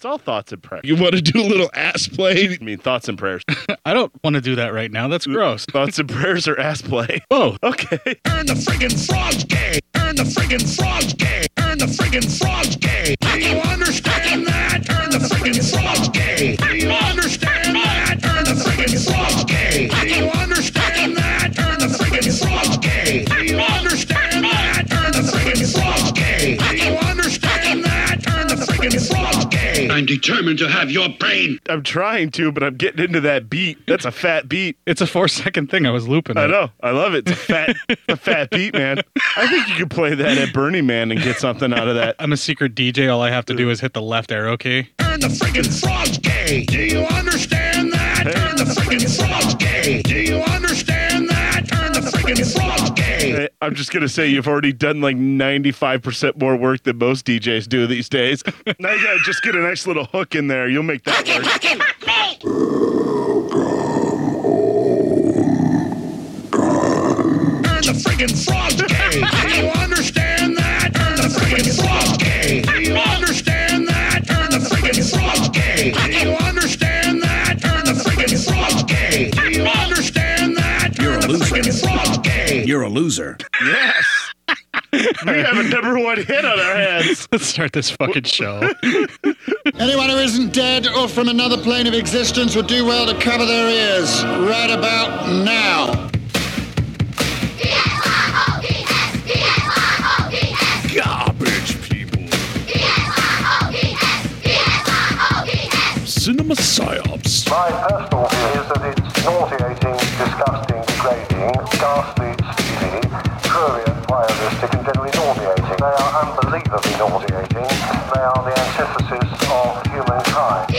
It's all thoughts and prayers. You want to do a little ass play? I mean, thoughts and prayers. I don't want to do that right now. That's gross. thoughts and prayers or ass play? Whoa. Okay. Earn the friggin' frogs gay. Earn the friggin' frogs gay. Earn the friggin' frogs gay. Do you understand that? Earn the friggin' frogs gay. Do you understand that? Earn the friggin' frogs gay. Do you understand that? Earn the friggin' frogs gay. Do you understand that? Earn the friggin' frogs gay. Do you understand that? Earn the friggin' frogs gay. I'm determined to have your brain. I'm trying to, but I'm getting into that beat. That's a fat beat. It's a four second thing. I was looping. I it. know. I love it. It's a fat, a fat beat, man. I think you could play that at Burning Man and get something out of that. I'm a secret DJ. All I have to do is hit the left arrow key. Turn the friggin' frogs gay. Do you understand that? Turn the friggin' frogs gay. Do you understand that? Turn the friggin' frogs gay. Uh, I'm just gonna say you've already done like 95% more work than most DJs do these days. now you gotta just get a nice little hook in there. You'll make that work. Turn the friggin' frogs gay. Do you understand that? Turn the friggin' frogs gay. Do you understand that? Turn the friggin' frogs gay. Do you understand that? Turn the friggin' frogs gay. Do you understand that? Turn You're a the loser. friggin' frogs gay. You're a loser. Yes. we have a number one hit on our hands. Let's start this fucking show. Anyone who isn't dead or from another plane of existence would do well to cover their ears right about now. Garbage people. Cinema psyops. My personal view is that it's nauseating, disgusting, degrading, ghastly, sleazy, prurient, voyeuristic, and generally nauseating. They are unbelievably nauseating. They are the antithesis of humankind.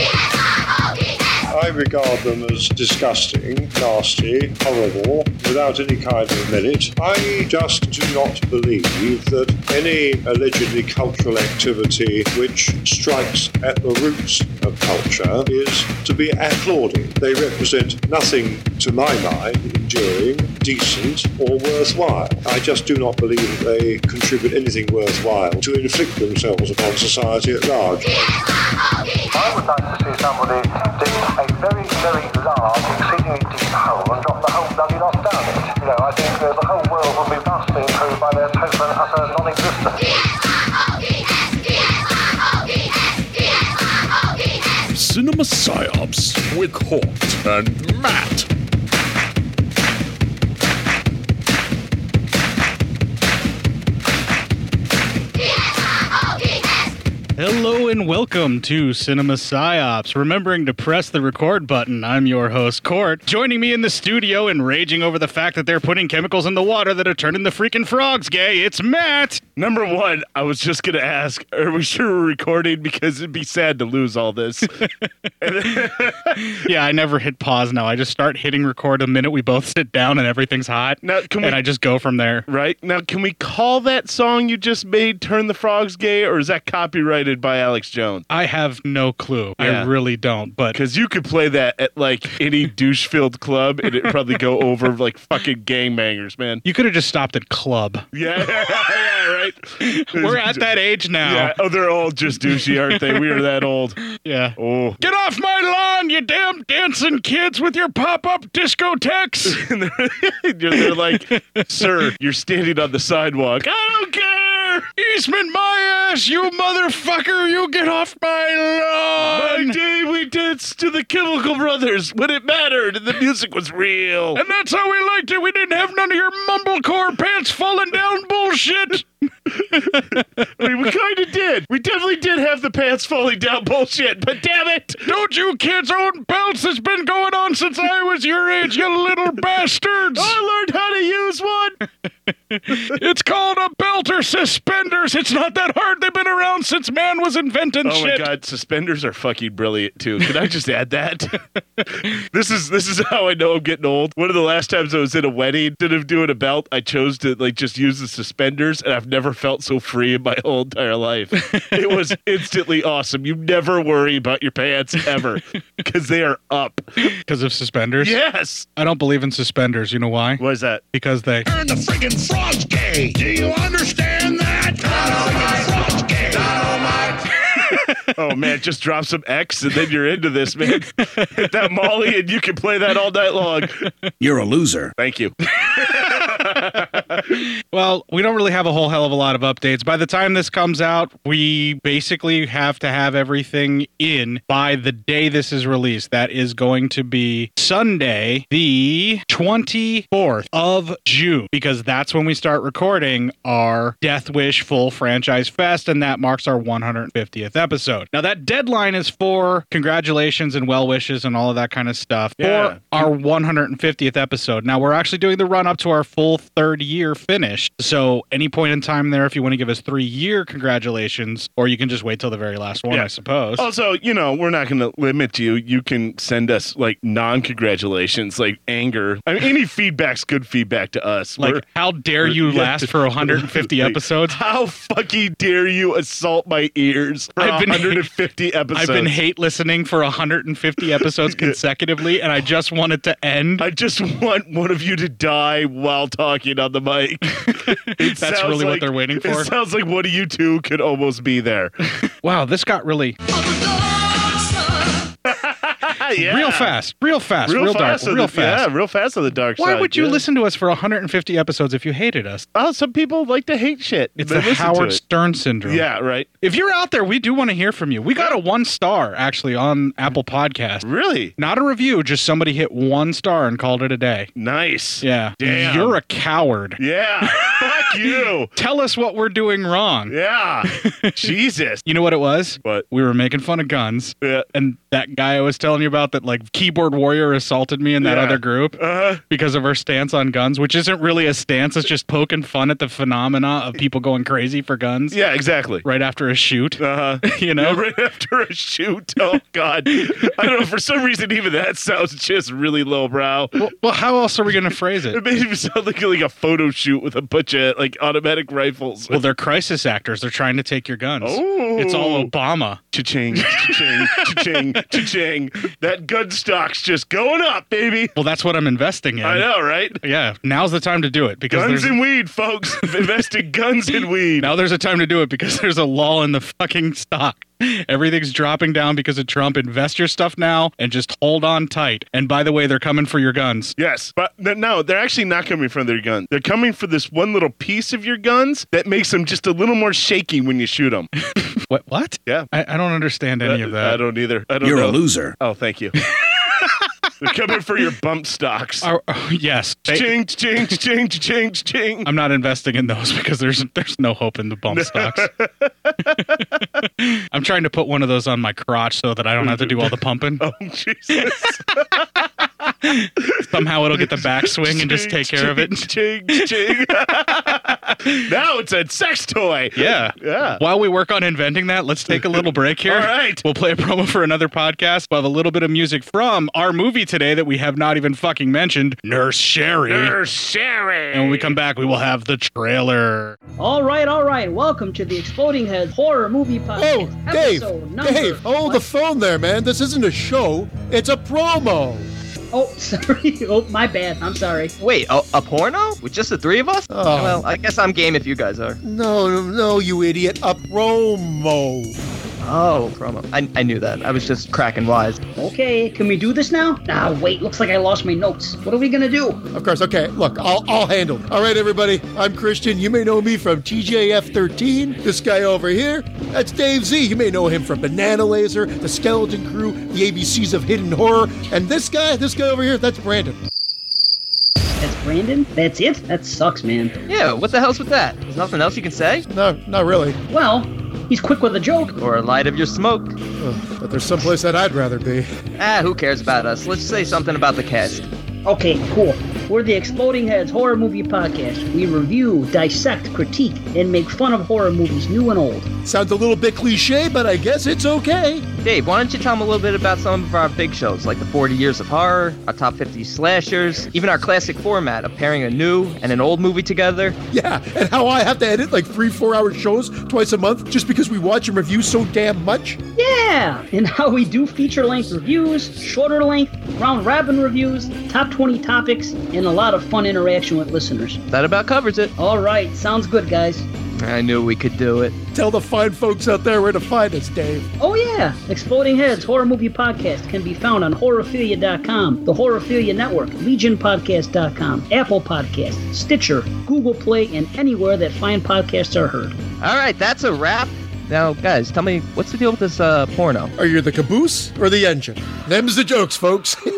I regard them as disgusting, nasty, horrible, without any kind of merit. I just do not believe that any allegedly cultural activity which strikes at the roots of culture is to be applauded. They represent nothing, to my mind, enduring, decent, or worthwhile. I just do not believe they contribute anything worthwhile to inflict themselves upon society at large. I would like to see somebody dig a very, very large, exceedingly deep hole and drop the whole bloody lot down it. You know, I think uh, the whole world would be vastly improved by their total and utter non-existence. Cinema psyops with Hort and Matt. Hello and welcome to Cinema Psyops. Remembering to press the record button, I'm your host, Court. Joining me in the studio and raging over the fact that they're putting chemicals in the water that are turning the freaking frogs gay, it's Matt! Number one, I was just gonna ask, are we sure we're recording? Because it'd be sad to lose all this. Yeah, I never hit pause now. I just start hitting record the minute we both sit down and everything's hot. Now, can we- and I just go from there. right? Now can we call that song you just made Turn the Frogs Gay, or is that copyrighted by Alex Jones? I have no clue. Yeah. I really don't, but Because you could play that at like any douche filled club and it'd probably go over like fucking gangbangers, man. you could have just stopped at club. Yeah, yeah, right. We're at that age now. Yeah, oh, they're all just douchey, aren't they? We are that old. yeah. Oh. Get off my lawn, you damn dancing kids with your pop up discotheques! And they're, they're, they're like, sir, you're standing on the sidewalk. I don't care. Eastman, my ass, you motherfucker, you get off my One lawn! day we danced to the Chemical Brothers when it mattered and the music was real. And that's how we liked it. We didn't have none of your mumblecore pants falling down bullshit. I mean, we kind of did. We definitely did have the pants falling down bullshit, but damn it. Don't you kids own belts? It's been going on since I was your age, you little bastards. I learned Oh, how to use one. It's called a belt or suspenders. It's not that hard. They've been around since man was inventing Oh shit. my god, suspenders are fucking brilliant too. Can I just add that? this is this is how I know I'm getting old. One of the last times I was in a wedding, instead of doing a belt, I chose to like just use the suspenders, and I've never felt so free in my whole entire life. it was instantly awesome. You never worry about your pants ever because they are up. Because of suspenders? Yes. I don't believe in suspenders. You know why? What is that? Because they. Turn the friggin' frogs gay. Do you understand that? Not all my frogs gay. Not all my. oh man, just drop some X and then you're into this, man. Hit that Molly and you can play that all night long. You're a loser. Thank you. Well, we don't really have a whole hell of a lot of updates. By the time this comes out, we basically have to have everything in by the day this is released. That is going to be Sunday, the 24th of June, because that's when we start recording our Death Wish full franchise fest, and that marks our 150th episode. Now, that deadline is for congratulations and well wishes and all of that kind of stuff Yeah. for our 150th episode. Now we're actually doing the run up to our full third year finish. So any point in time there, if you want to give us three year congratulations, or you can just wait till the very last one, Yeah. I suppose. Also, you know, we're not going to limit you. You can send us like non congratulations, like anger. I mean, any feedback's good feedback to us. like, We're- how dare you Yeah. last for 150 episodes? How fucking dare you assault my ears for I've been- 150 episodes? I've been hate listening for 150 episodes consecutively, and I just want it to end. I just want one of you to die while talking on the mic. It That's sounds really what like- they're waiting for. It sounds like one of you two could almost be there. Wow, this got really real fast, real fast, real, Ah, fast dark, on real the- fast. Yeah, real fast on the dark side. Why would you yeah. listen to us for 150 episodes if you hated us? Oh, some people like to hate shit. It's They the listen to Howard it. Stern syndrome. Yeah, right. If you're out there, we do want to hear from you. We got a one star actually on Apple Podcast. Really Not a review, just somebody hit one star and called it a day. nice. Yeah. Damn. You're a coward. Yeah. Fuck you. Tell us what we're doing wrong. Yeah. Jesus. You know what it was? What? We were making fun of guns. Yeah. And that guy I was telling you about, that like keyboard warrior assaulted me in that Yeah. other group Uh-huh. because of our stance on guns, which isn't really a stance. It's just poking fun at the phenomena of people going crazy for guns Yeah. Exactly. right after a shoot. Uh huh. You know? Yeah, right after a shoot. Oh God, I don't know. For some reason, even that sounds just really lowbrow. Well, well, how else are we going to phrase it? It made him sound like like a photo shoot with a bunch of like automatic rifles. Well, they're crisis actors. They're trying to take your guns. Oh. It's all Obama. cha-ching, cha-ching, cha-ching, cha-ching. That gun stock's just going up, baby. Well, that's what I'm investing in. I know, right? Yeah, now's the time to do it because Guns there's, and weed, folks. Invest in guns and weed. now there's a time to do it because there's a lull in the fucking stock. Everything's dropping down because of Trump. Invest your stuff now and just hold on tight. And by the way, they're coming for your guns. Yes, but th- no, they're actually not coming for their gun. They're coming for this one little piece of your guns that makes them just a little more shaky when you shoot them. What? What? Yeah. I, I don't understand any of that. I don't e- either. I don't You're know. a loser. Oh, thank you. They're coming for your bump stocks. Are- oh, yes. They- Ching, ching, ching, ching, ching. I'm not investing in those because there's there's no hope in the bump stocks. I'm trying to put one of those on my crotch so that I don't have to do all the pumping. Oh, Jesus. Somehow it'll get the backswing and just take care of it. Ching, ching, ching. now it's a sex toy. Yeah. Yeah. While we work on inventing that, let's take a little break here. All right. We'll play a promo for another podcast. We'll have a little bit of music from our movie today that we have not even fucking mentioned, Nurse Sherry. Sherry. And when we come back, we will have the trailer. All right, all right. Welcome to the Exploding Heads Horror Movie Oh, Podcast. Dave! episode number- Dave! Hold the phone there, man. This isn't a show. It's a promo. Oh, sorry. Oh, my bad. I'm sorry. Wait, a, a porno? With just the three of us? Oh. Well, I guess I'm game if you guys are. No, no, no, you idiot. A promo. Oh, promo. I, I knew that. I was just cracking wise. Okay, can we do this now? Ah, wait. Looks like I lost my notes. What are we gonna do? Of course. Okay. Look, I'll I'll handle. it. All right, everybody. I'm Christian. You may know me from TJF13. This guy over here, that's Dave Z. You may know him from Banana Laser, The Skeleton Crew, the ABCs of Hidden Horror, and this guy, this guy over here, that's Brandon. That's Brandon. That's it. That sucks, man. Yeah, what the hell's with that? There's nothing else you can say? No, not really. Well, he's quick with a joke. Or a light of your smoke? Ugh, but there's someplace that I'd rather be. Ah, who cares about us? Let's say something about the cast. Okay, cool. We're the Exploding Heads Horror Movie Podcast. We review, dissect, critique, and make fun of horror movies, new and old. Sounds a little bit cliche, but I guess it's okay. Dave, why don't you tell them a little bit about some of our big shows, like the 40 Years of Horror, our top 50 slashers, even our classic format of pairing a new and an old movie together? Yeah, and how I have to edit like three, four hour shows twice a month just because we watch and review so damn much. Yeah! And how we do feature length reviews, shorter length, round robin reviews, top 20 topics, and a lot of fun interaction with listeners. That about covers it. All right, sounds good, guys. I knew we could do it. Tell the fine folks out there where to find us, Dave. Oh, yeah! Exploding Heads Horror Movie Podcast can be found on Horrorphilia.com, the Horrorphilia Network, LegionPodcast.com, Apple Podcasts, Stitcher, Google Play, and anywhere that fine podcasts are heard. All right, that's a wrap. Now, guys, tell me what's the deal with this uh, porno? Are you the caboose or the engine? Them's the jokes, folks.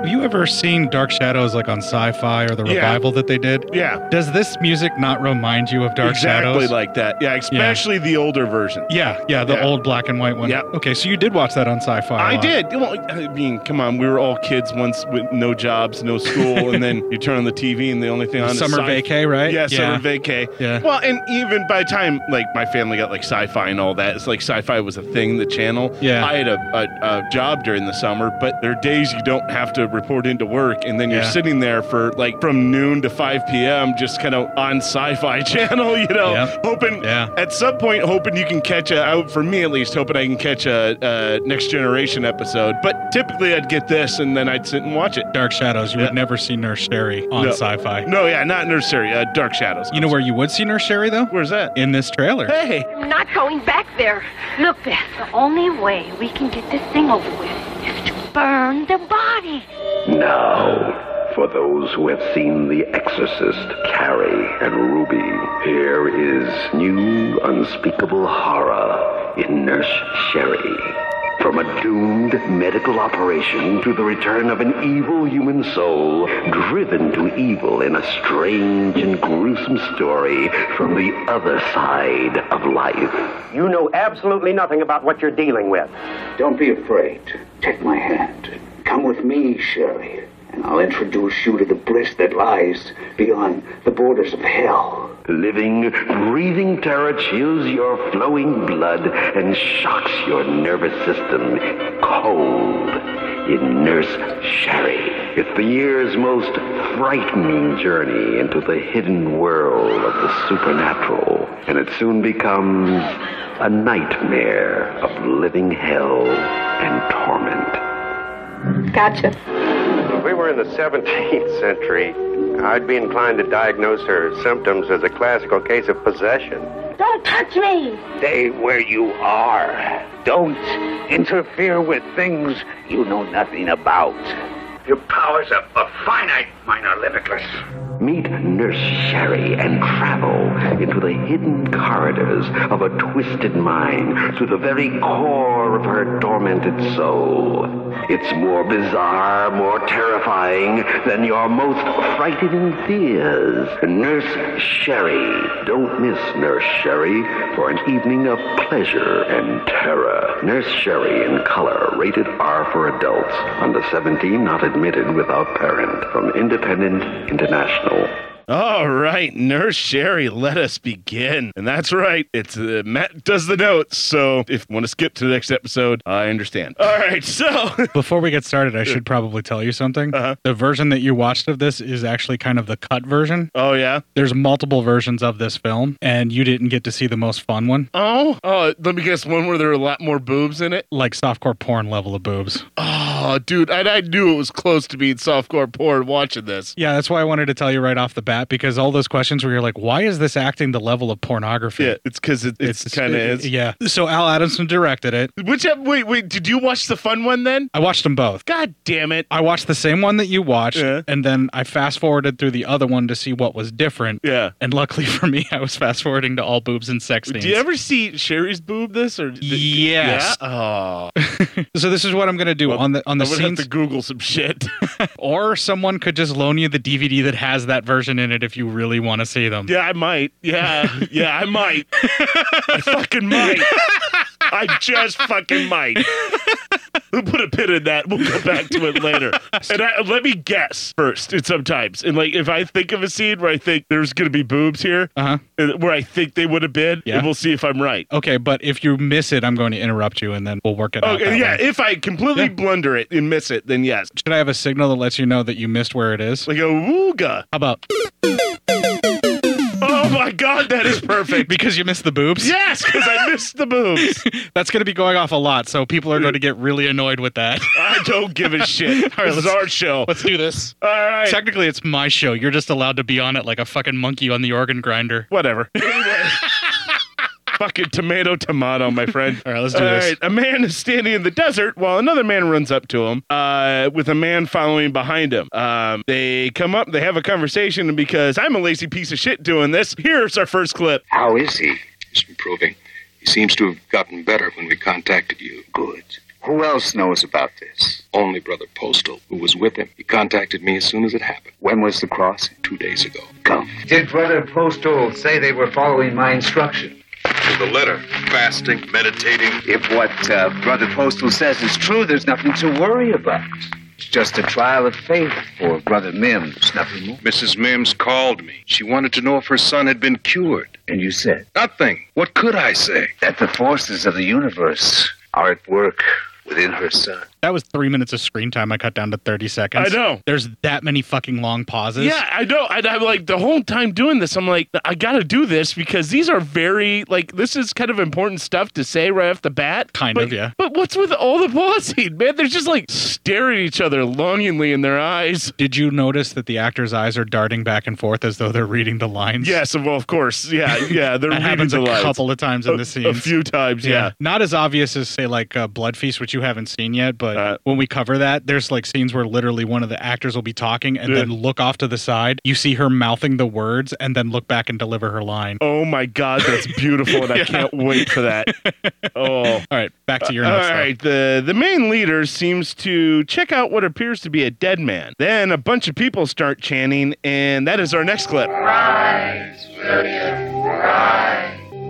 Have you ever seen Dark Shadows like on sci-fi or the revival that they did? Yeah. Does this music not remind you of Dark exactly Shadows? like that. Yeah, especially the older version. yeah, yeah, the Yeah. old black and white one. Yeah. Okay, so you did watch that on sci-fi. a I lot. did. Well, I mean, come on. We were all kids once with no jobs, no school, and then you turn on the TV and the only thing on Summer is sci- vacay, right? Yeah, Yeah. summer vacay. Yeah. Well, and even by the time like my family got like sci-fi and all that, it's like sci-fi was a thing. The channel. Yeah. I had a, a, a job during the summer, but there are days you don't have to report into work, and then you're Yeah. sitting there for like from noon to five p.m. just kind of on sci-fi channel, you know, Yep. hoping Yeah. at some point hoping you can catch a I- for me at least hoping i can catch a, a next generation episode but typically i'd get this and then i'd sit and watch it Dark Shadows. You Yeah. would never see Nurse Sherry on No. sci-fi. no yeah not nursery uh, dark shadows You know where you would see Nurse Sherry though? where's that In this trailer. hey I'm not going back there. Look, Beth, the only way we can get this thing over with is to burn the body. Now, for those who have seen The Exorcist, Carrie, and Ruby, here is new unspeakable horror in Nurse Sherry. From a doomed medical operation to the return of an evil human soul driven to evil in a strange and gruesome story from the other side of life. You know absolutely nothing about what you're dealing with. Don't be afraid. Take my hand. Come with me, Sherry, and I'll introduce you to the bliss that lies beyond the borders of hell. Living, breathing terror chills your flowing blood and shocks your nervous system cold in Nurse Sherry. It's the year's most frightening journey into the hidden world of the supernatural, and it soon becomes a nightmare of living hell and torment. Gotcha. If we were in the 17th century, I'd be inclined to diagnose her symptoms as a classical case of possession. Don't touch me! Stay where you are. Don't interfere with things you know nothing about. Your powers are, are finite, minor limitless. Meet Nurse Sherry and travel into the hidden corridors of a twisted mind to the very core of her tormented soul. It's more bizarre, more terrifying than your most frightening fears. Nurse Sherry. Don't miss Nurse Sherry for an evening of pleasure and terror. Nurse Sherry in color, rated R for adults, under 17, not admitted without parent, from Independent International. all right nurse sherry let us begin and that's right it's uh, matt does the notes so if you want to skip to the next episode i understand Uh, all right so Uh-huh. Before we get started, I should probably tell you something. The version that you watched of this is actually kind of the cut version. oh yeah There's multiple versions of this film, and you didn't get to see the most fun one. oh oh let me guess one where there are a lot more boobs in it Like softcore porn level of boobs. oh dude and i knew it was close to being softcore porn watching this Yeah, that's why I wanted to tell you right off the bat because all those questions where you're like, why is this acting the level of pornography? yeah it's because it, it's, kind of is Yeah. So Al Adamson directed it. Which ep- wait wait did you watch the fun one then? I watched them both. God damn it! I watched the same one that you watched, Yeah. and then I fast forwarded through the other one to see what was different. Yeah. And luckily for me, I was fast forwarding to all boobs and sex scenes. Do you ever see Sherry's boob this or? th- Yes. Yeah? Oh, so this is what I'm going to do on the on the I would have scenes, to Google some shit. or someone could just loan you the DVD that has that version in it if you really want to see them. yeah, I might. Yeah, yeah, I might. I fucking might. I just fucking might. We'll put a pin in that. We'll come back to it later. and I, let me guess first. And sometimes, and like if I think of a scene where I think there's going to be boobs here, uh-huh. where I think they would have been, Yeah. and we'll see if I'm right. Okay, but if you miss it, I'm going to interrupt you, and then we'll work it out. Okay, that yeah. way. If I completely blunder it and miss it, then yes. Should I have a signal that lets you know that you missed where it is? Like a wooga. How about? Oh my god, that is perfect. because you missed the boobs? Yes, because I missed the boobs. That's going to be going off a lot, so people are going to get really annoyed with that. I don't give a shit. All right, this is let's- our show. Let's do this. All right. Technically, it's my show. You're just allowed to be on it like a fucking monkey on the organ grinder. Whatever. Fucking tomato, tomato, my friend. All right, let's do this. A man is standing in the desert while another man runs up to him, uh, with a man following behind him. Um, they come up, they have a conversation, and because I'm a lazy piece of shit doing this, here's our first clip. How is he? He's improving. He seems to have gotten better when we contacted you. Good. Who else knows about this? Only Brother Postal, who was with him. He contacted me as soon as it happened. When was the crossing? Two days ago. Come. Did Brother Postal say they were following my instruction? To the letter. Fasting, meditating. If what uh, Brother Postal says is true, there's nothing to worry about. It's just a trial of faith for Brother Mims, nothing more. Mrs. Mims called me. She wanted to know if her son had been cured. And you said? Nothing. What could I say? That the forces of the universe are at work within her son. That was three minutes of screen time. I cut down to 30 seconds. I know. There's that many fucking long pauses. Yeah, I know. And I'm like the whole time doing this, I'm like, I gotta do this because these are very like this is kind of important stuff to say right off the bat. Kind But- of, yeah. But what's with all the pausing, man? They're just like staring at each other longingly in their eyes. Did you notice that the actor's eyes are darting back and forth as though they're reading the lines? Yes, well, of course. Yeah, yeah. They're that reading happens the a lines. couple of times in A- the scene. A few times, yeah. Not as obvious as say like uh, Blood Feast, which you haven't seen yet, but Uh. when we cover that, there's like scenes where literally one of the actors will be talking and Yeah. then look off to the side. You see her mouthing the words and then look back and deliver her line. Oh my God, that's beautiful, and I Yeah. can't wait for that. Oh, all right, back to your All notes. though. right, the the main leader seems to check out what appears to be a dead man. Then a bunch of people start chanting, and that is our next clip.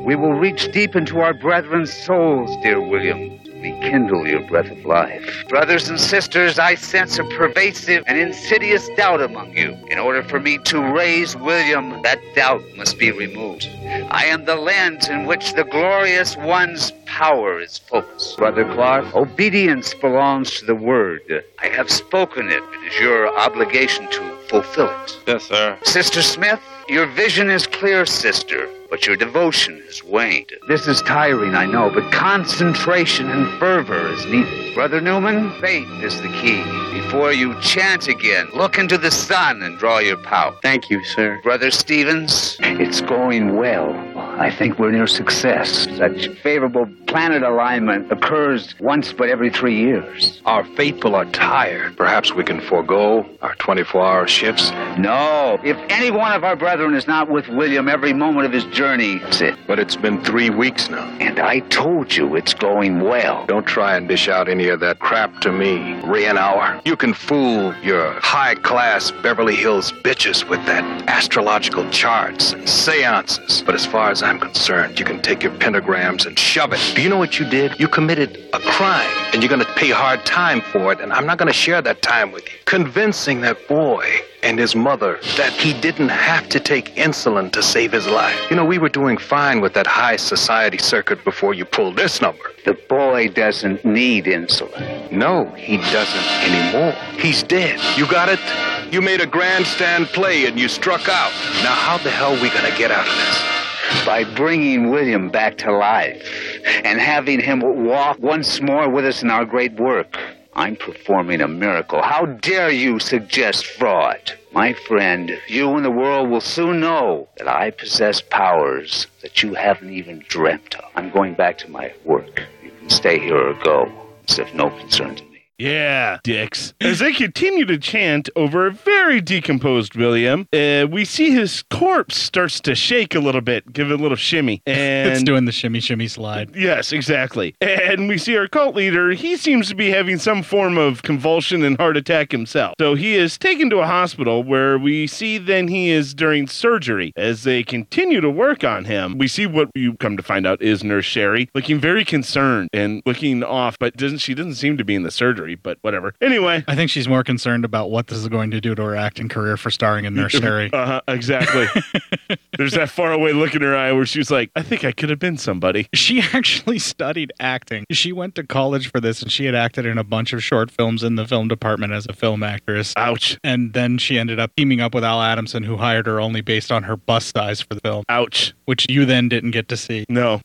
We will reach deep into our brethren's souls, dear William, to rekindle your breath of life. Brothers and sisters, I sense a pervasive and insidious doubt among you. In order for me to raise William, that doubt must be removed. I am the lens in which the glorious one's power is focused. Brother Clark, obedience belongs to the word. I have spoken it. It is your obligation to fulfill it. Yes, sir. Sister Smith, your vision is clear, sister, but your devotion has waned. This is tiring, I know, but concentration and fervor is needed. Brother Newman, faith is the key. Before you chant again, look into the sun and draw your power. Thank you, sir. Brother Stevens, it's going well. I think we're near success. Such favorable planet alignment occurs once but every three years. Our faithful are tired. Perhaps we can forego our 24 hour shifts. No. If any one of our brethren is not with William every moment of his journey, that's it. But it's been three weeks now. And I told you it's going well. Don't try and dish out any of that crap to me, Rienauer. You can fool your high class Beverly Hills bitches with that astrological charts and seances. But as far as I'm concerned, you can take your pentagrams and shove it. Do you know what you did? You committed a crime, and you're going to pay hard time for it, and I'm not going to share that time with you. Convincing that boy and his mother that he didn't have to take insulin to save his life. You know, we were doing fine with that high society circuit before you pulled this number. The boy doesn't need insulin. No, he doesn't anymore. He's dead. You got it? You made a grandstand play and you struck out. Now, how the hell are we going to get out of this? By bringing William back to life and having him walk once more with us in our great work, I'm performing a miracle. How dare you suggest fraud? My friend, you and the world will soon know that I possess powers that you haven't even dreamt of. I'm going back to my work. You can stay here or go. It's of no concern to me. Yeah, dicks. As they continue to chant over a very decomposed William, uh, we see his corpse starts to shake a little bit, give it a little shimmy. And it's doing the shimmy shimmy slide. Yes, exactly. And we see our cult leader. He seems to be having some form of convulsion and heart attack himself. So he is taken to a hospital where we see then he is during surgery. As they continue to work on him, we see what you come to find out is Nurse Sherry looking very concerned and looking off, but doesn't she doesn't seem to be in the surgery, but whatever. Anyway. I think she's more concerned about what this is going to do to her acting career for starring in Nurse Harry. Uh-huh, exactly. There's that faraway look in her eye where she's like, I think I could have been somebody. She actually studied acting. She went to college for this and she had acted in a bunch of short films in the film department as a film actress. Ouch. And then she ended up teaming up with Al Adamson, who hired her only based on her bust size for the film. Ouch. Which you then didn't get to see. No.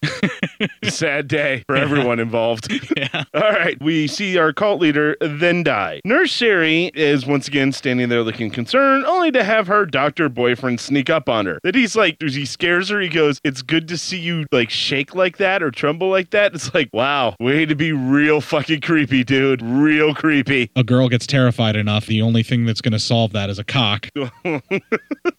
Sad day for everyone involved. Yeah. All right. We see our cult leader then die. Nurse Sherry is once again standing there looking concerned, only to have her doctor boyfriend sneak up on her. That he's like, he scares her. He goes, It's good to see you like shake like that or tremble like that. It's like, wow, way to be real fucking creepy, dude. Real creepy. A girl gets terrified enough. The only thing that's going to solve that is a cock. Thank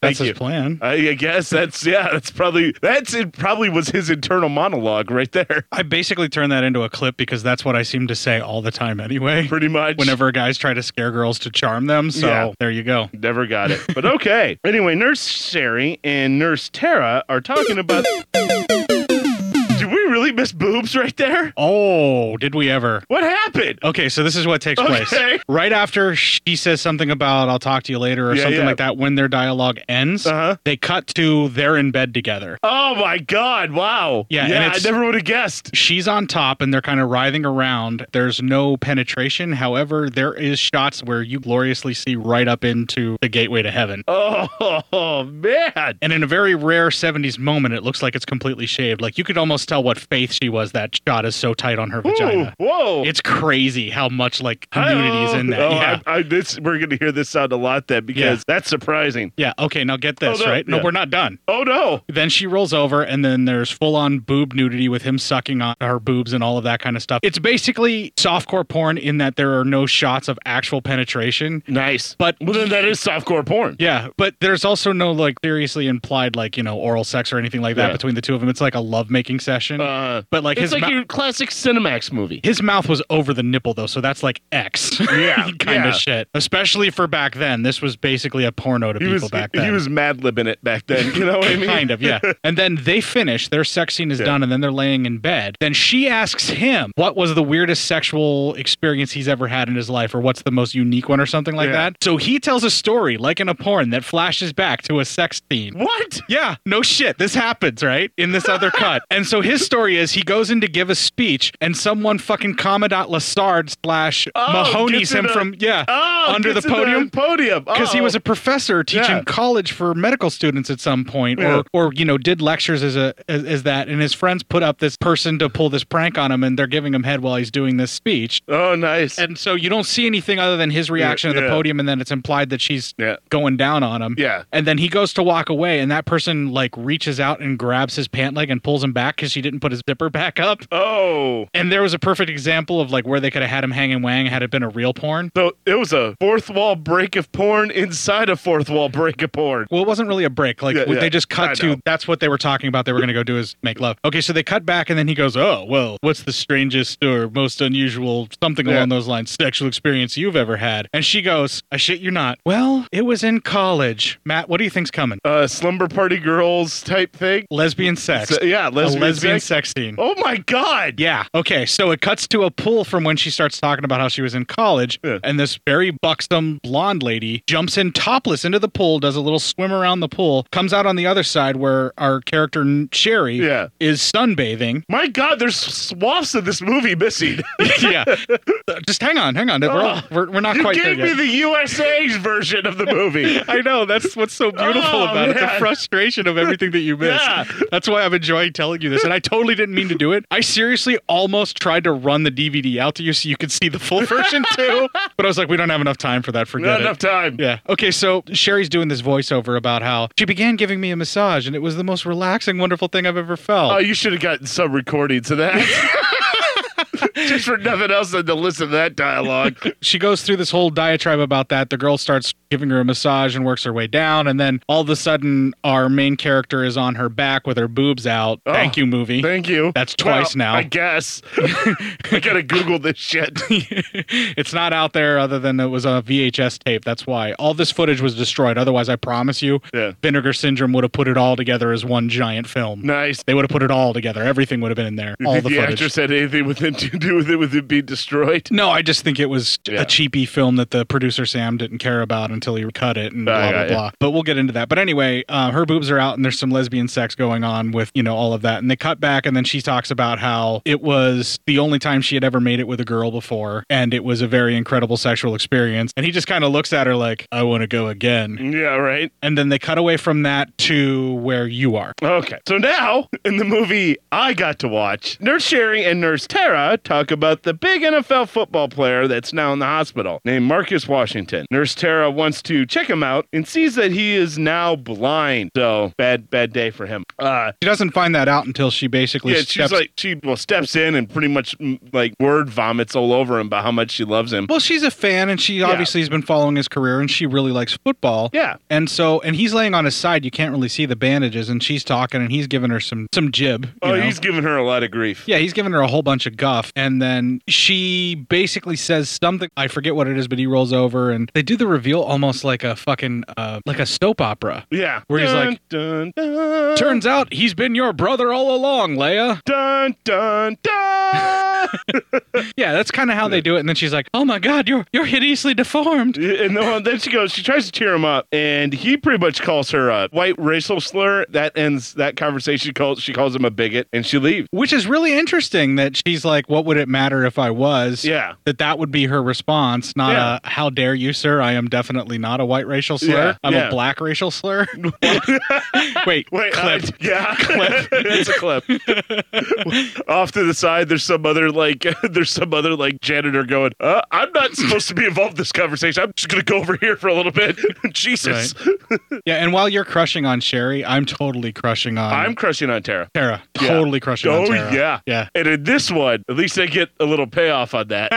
That's his plan. I, I guess that's yeah. That's probably that's it. Probably was his internal monologue right there. I basically turned that into a clip because that's what I seem to say all the time anyway. Pretty much. Whenever guys try to scare girls to charm them. So Yeah. there you go. Never got it. But okay. anyway, Nurse Sherry and Nurse Tara are talking about. Did we really miss boobs right there? Oh, did we ever? What happened? Okay, so this is what takes Okay. place. Right after she says something about I'll talk to you later or Yeah, something yeah. like that, when their dialogue ends, uh-huh. they cut to they're in bed together. Oh my God! Wow. Yeah, and Yeah. I it's- never would have guessed. She's on top and they're kind of writhing around. There's no penetration. However, there is shots where you gloriously see right up into the gateway to heaven. Oh man. And in a very rare 70s moment, it looks like it's completely shaved. Like you could almost tell what faith she was that shot is so tight on her vagina. Whoa. It's crazy how much like nudity is in that. Oh, yeah. I, I, this, we're going to hear this sound a lot then because that's surprising. Yeah. Okay. Now get this, Oh, no, right? No, yeah. we're not done. Oh, no. Then she rolls over, and then there's full on boob nudity with him sucking on her boobs and all of that kind of stuff. It's basically softcore porn in that there are no shots of actual penetration. Nice. But well, then that is softcore porn. Yeah. But there's also no like seriously implied like, you know, oral sex or anything like that Yeah. between the two of them. It's like a lovemaking session. Uh, but like it's his like mou- your classic Cinemax movie. his mouth was over the nipple though, so that's like X. Yeah, kind yeah. of shit. Especially for back then. This was basically a porno to He people was back he then. was mad libbing it back then. You know what I mean? kind of, yeah. And then they finish, their sex scene is done, and then they're laying in bed. Then she asks him what was the weirdest sexual experience he's ever had in his life, or what's the most unique one, or something like Yeah. that. So he tells a story, like in a porn, that flashes back to a sex scene. What? Yeah, no shit. This happens, right? In this other cut. And so his story is he goes in to give a speech, and someone fucking Commandant Lassard slash Oh, Mahoney's gets in him the- from, yeah, Oh, under the gets in podium. Podium. Because he Uh-oh. was a professor teaching oh. Yeah. college for medical students at some point, Yeah. or or you know did lectures as a as, as that, and his friends put up this person to pull this prank on him, and they're giving him head while he's doing this speech. Oh, nice. And so you don't see anything other than his reaction at the yeah. podium, and then it's implied that she's Yeah. going down on him. Yeah. And then he goes to walk away, and that person like reaches out and grabs his pant leg and pulls him back because she didn't put his zipper back up. Oh. And there was a perfect example of like where they could have had him hanging wang had it been a real porn. So it was a fourth wall break of porn inside a fourth wall break of porn. Well, it wasn't really a break. Like Yeah, w- yeah. they just I cut know. to that's what they were talking about. They were going to go do is make love. Okay, so they cut back, and then he goes, "Oh, well, what's the strangest or most unusual something Yeah. along those lines sexual experience you've ever had?" And she goes, "I shit you not. Well, it was in college. Matt, what do you think's coming? Uh, slumber party girls type thing. Lesbian sex. So- yeah, A lesbian lesbian sex sex. scene. Oh my god. Yeah. Okay. So it cuts to a pull from when she starts talking about how she was in college, and this very buxom blonde lady jumps in topless into the pool, does a little swim around the pool, comes out on the other side where our character N- Sherry Yeah. is sunbathing. My god, there's swaths of this movie missing. yeah. Just hang on, hang on. We're, all- Oh. we're, we're not you quite there gave yet. me the USA's version of the movie. I know. That's what's so beautiful Oh, about it. The man. frustration of everything that you miss. Yeah. That's why I'm enjoying telling you this. And I totally didn't mean to do it. I seriously almost tried to run the DVD out to you so you could see the full version too. But I was like, we don't have enough time for that. Forget Not it. enough time. Yeah. Okay, so Sherry's doing this voiceover about how she began giving me a massage and it was the most relaxing, wonderful thing I've ever felt. Oh, you should have gotten some recordings of that. just for nothing else than to listen to that dialogue. she goes through this whole diatribe about that. The girl starts giving her a massage and works her way down, and then all of a sudden, our main character is on her back with her boobs out. thank you, movie. Oh, Thank you. That's twice Well, now. I guess. I gotta Google this shit. it's not out there other than it was a VHS tape. That's why all this footage was destroyed. Otherwise, I promise you, Vinegar Syndrome would have put it all together as one giant film. Nice. They would have put it all together. Everything would have been in there. You all think the the footage. actress had anything with it to do with it with it being destroyed? No, I just think it was Yeah. a cheapy film that the producer Sam didn't care about until he cut it and Ah, blah blah yeah, blah. yeah. But we'll get into that. But anyway, uh, her boobs are out and there's some lesbian sex going on with you know all of that. And they cut back and then she talks about how it was the only time she had ever made it with a girl before, and it was a very incredible sexual experience. And he just kind of looks at her like, "I want to go again." Yeah, right. And then they cut away from that to where you are. Okay. So now, in the movie I got to watch, Nurse Sherry and Nurse Tara talk about the big NFL football player that's now in the hospital, named Marcus Washington. Nurse Tara wants to check him out and sees that he is now blind. So bad, bad day for him. Uh, She doesn't find that out until she basically yeah, steps she's like she well steps in and pretty much mm, like word vomits all over him about how much she loves him. Well, she's a fan, and she obviously has been following his career, and she really likes football. Yeah. And so, and he's laying on his side. You can't really see the bandages, and she's talking, and he's giving her some some jib. you Oh, know? he's giving her a lot of grief. Yeah, he's giving her a whole bunch of guff. And then she basically says something. I forget what it is, but he rolls over and they do the reveal almost like a fucking, uh, like a soap opera. Yeah. Where he's Dun, like, dun, dun. Turns out he's been your brother all along, Leia. Dun dun dun. yeah, that's kind of how they do it. And then she's like, "Oh my God, you're you're hideously deformed." And then, then she goes, she tries to cheer him up, and he pretty much calls her a white racial slur. That ends that conversation. She calls she calls him a bigot, and she leaves. Which is really interesting that she's like, "What would it matter if I was?" Yeah. that that would be her response, not Yeah. a "How dare you, sir? I am definitely not a white racial slur. Yeah, I'm yeah. a black racial slur." Wait, Wait, clip. I- yeah, it's a clip. Off to the side, there's some other like, there's some other like janitor going. Uh, I'm not supposed to be involved in this conversation. I'm just gonna go over here for a little bit. Jesus, yeah, and while you're crushing on Sherry, I'm totally crushing on I'm crushing on Tara. Um, Tara. Yeah. Totally crushing on Oh Tara. yeah, yeah. And in this one, at least I get a little payoff on that.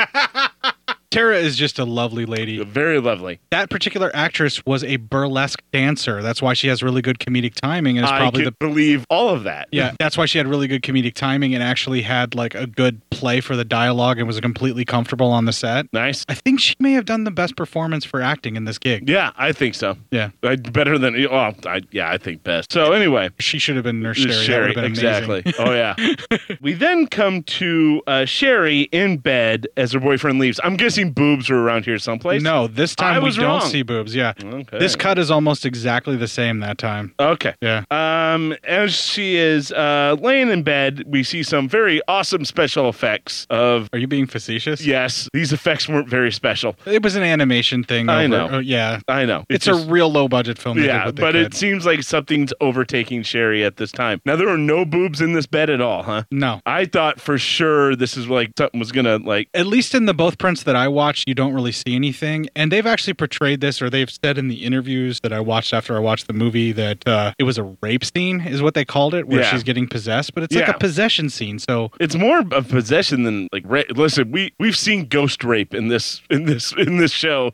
Tara is just a lovely lady. Very lovely. That particular actress was a burlesque dancer. That's why she has really good comedic timing and is I probably can the believe all of that. Yeah, that's why she had really good comedic timing and actually had like a good play for the dialogue and was completely comfortable on the set. Nice. I think she may have done the best performance for acting in this gig. Yeah, I think so. Yeah. I, better than oh, I, yeah, I think best. So anyway, she should have been Nurse Sherry. That would have been exactly. amazing. oh yeah. we then come to uh, Sherry in bed as her boyfriend leaves. I'm guessing boobs are around here someplace. No, this time I we was don't wrong. see boobs. Yeah. Okay. Oh, This cut is almost exactly the same that time. Okay. Yeah. Um, as she is uh, laying in bed, we see some very awesome special effects of. Are you being facetious? Yes, these effects weren't very special. It was an animation thing. I over- know. oh, yeah. I know. It's, a real low budget film. they did yeah, what they but could. it seems like something's overtaking Sherry at this time. Now there are no boobs in this bed at all, huh? No. I thought for sure this is like something was gonna like. at least in the both prints that I watched, you don't really see anything. And they've actually portrayed this, or they've said in the interviews that I watched after I watched the movie that uh, it was a rape scene, is what they called it, where Yeah. she's getting possessed. But it's Yeah. like a possession scene. So It's more of possession than like. Ra- Listen, we we've seen ghost rape in this in this in this show.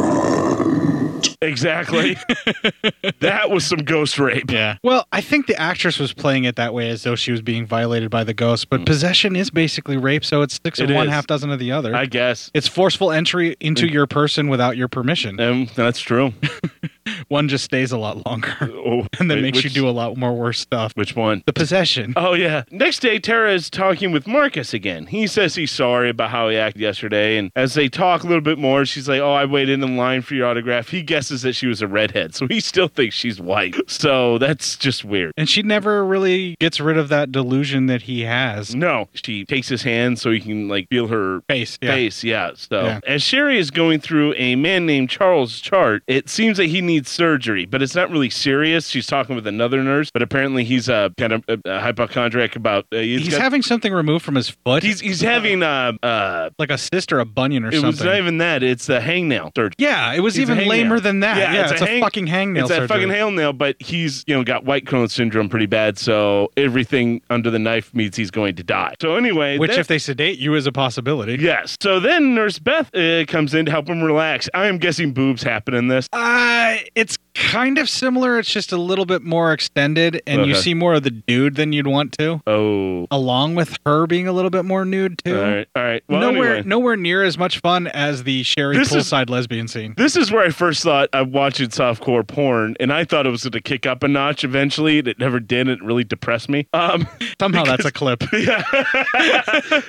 That- exactly. that was some ghost rape. Yeah. Well, I think the actress was playing it that way as though she was being violated by the ghost, but possession is basically rape, so it's six of Hmm. It one, is. half dozen of the other. I guess. it's forceful entry into Mm. your person without your permission. Um, that's true. Oh, one just stays a lot longer and wait, then makes which- you do a lot more worse stuff. Which one? The possession. Oh yeah. Next day, Tara is talking with Marcus again. He says he's sorry about how he acted yesterday, and as they talk a little bit more, she's like, "Oh, I waited in line for your autograph." He guesses that she was a redhead, so he still thinks she's white. So that's just weird. And she never really gets rid of that delusion that he has. No, Oh, she takes his hand so he can like feel her face. yeah. Face, yeah. So Yeah. as Sherry is going through a man named Charles chart, it seems that he needs surgery, but it's not really serious. She's talking with another nurse, but apparently he's a kind of a, a hypochondriac about. Uh, He's, got- having something removed from his foot. He's he's having uh uh like a cyst or a bunion or it was something. not even that. It's the hangnail surgery. yeah, it was He's a even hangnail. lamer than even that. Yeah, it's, a, hang- fucking hangnail. It's that surgery. fucking hangnail, but he's you know got white cone syndrome pretty bad, so everything under the knife means he's going to die. So anyway, Which, then- if they sedate you, is a possibility. Yes. So then Nurse Beth uh, comes in to help him relax. I am guessing boobs happen in this. Uh, it's kind of similar. It's just a little bit more extended, and you Okay. see more of the dude than you'd want to. Oh, along with her being a little bit more nude too. All right, all right. Well, nowhere, anyway. nowhere near as much fun as the Sherry This is- poolside lesbian scene. This is where I first thought I'm watching softcore porn, and I thought it was going to kick up a notch eventually, and it never did, and it really depressed me. Um, Somehow that's a clip. Yeah.